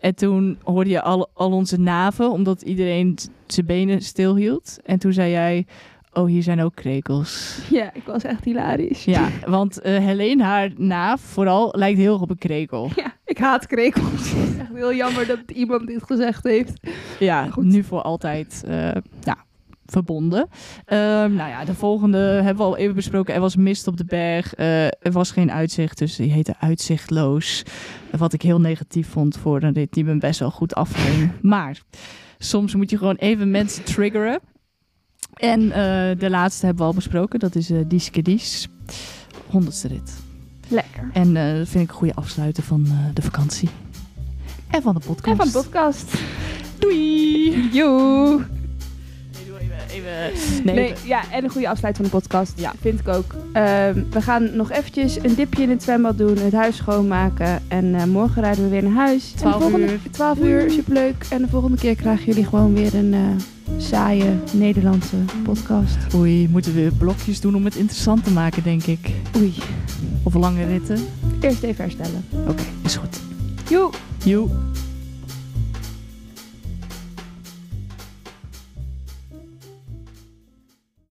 [SPEAKER 1] En toen hoorde je al, al onze naven, omdat iedereen z- zijn benen stilhield. En toen zei jij, oh, hier zijn ook krekels.
[SPEAKER 2] Ja, ik was echt hilarisch.
[SPEAKER 1] Ja, want eh Helene, haar naaf vooral, lijkt heel erg op een krekel.
[SPEAKER 2] Ja, ik haat krekels. Het is echt heel jammer dat iemand dit gezegd heeft.
[SPEAKER 1] Ja,
[SPEAKER 2] Goed.
[SPEAKER 1] nu voor altijd eh, nou, verbonden. Ehm, nou ja, de volgende hebben we al even besproken. Er was mist op de berg. eh, er was geen uitzicht, dus die heette Uitzichtloos. Wat ik heel negatief vond voor een rit die me best wel goed afging. Maar soms moet je gewoon even mensen triggeren. En eh, de laatste hebben we al besproken. Dat is eh Dieske Dies. Honderdste rit.
[SPEAKER 2] Lekker.
[SPEAKER 1] En eh, dat vind ik een goede afsluiter van eh, de vakantie. En van de podcast.
[SPEAKER 2] En van de podcast.
[SPEAKER 1] Doei!
[SPEAKER 2] Joe.
[SPEAKER 1] Nee,
[SPEAKER 2] Nee, ja, en een goede afsluit van de podcast. Ja, vind ik ook. Ehm, we gaan nog eventjes een dipje in het zwembad doen, het huis schoonmaken. En eh, morgen rijden we weer naar huis. En de
[SPEAKER 1] 12
[SPEAKER 2] volgende,
[SPEAKER 1] uur.
[SPEAKER 2] 12 uur, superleuk. En de volgende keer krijgen jullie gewoon weer een eh, saaie Nederlandse podcast.
[SPEAKER 1] Oei, moeten we blokjes doen om het interessant te maken, denk ik.
[SPEAKER 2] Oei,
[SPEAKER 1] Of lange ritten.
[SPEAKER 2] eerst even herstellen.
[SPEAKER 1] Oké, is goed.
[SPEAKER 2] Joe.
[SPEAKER 1] Joe.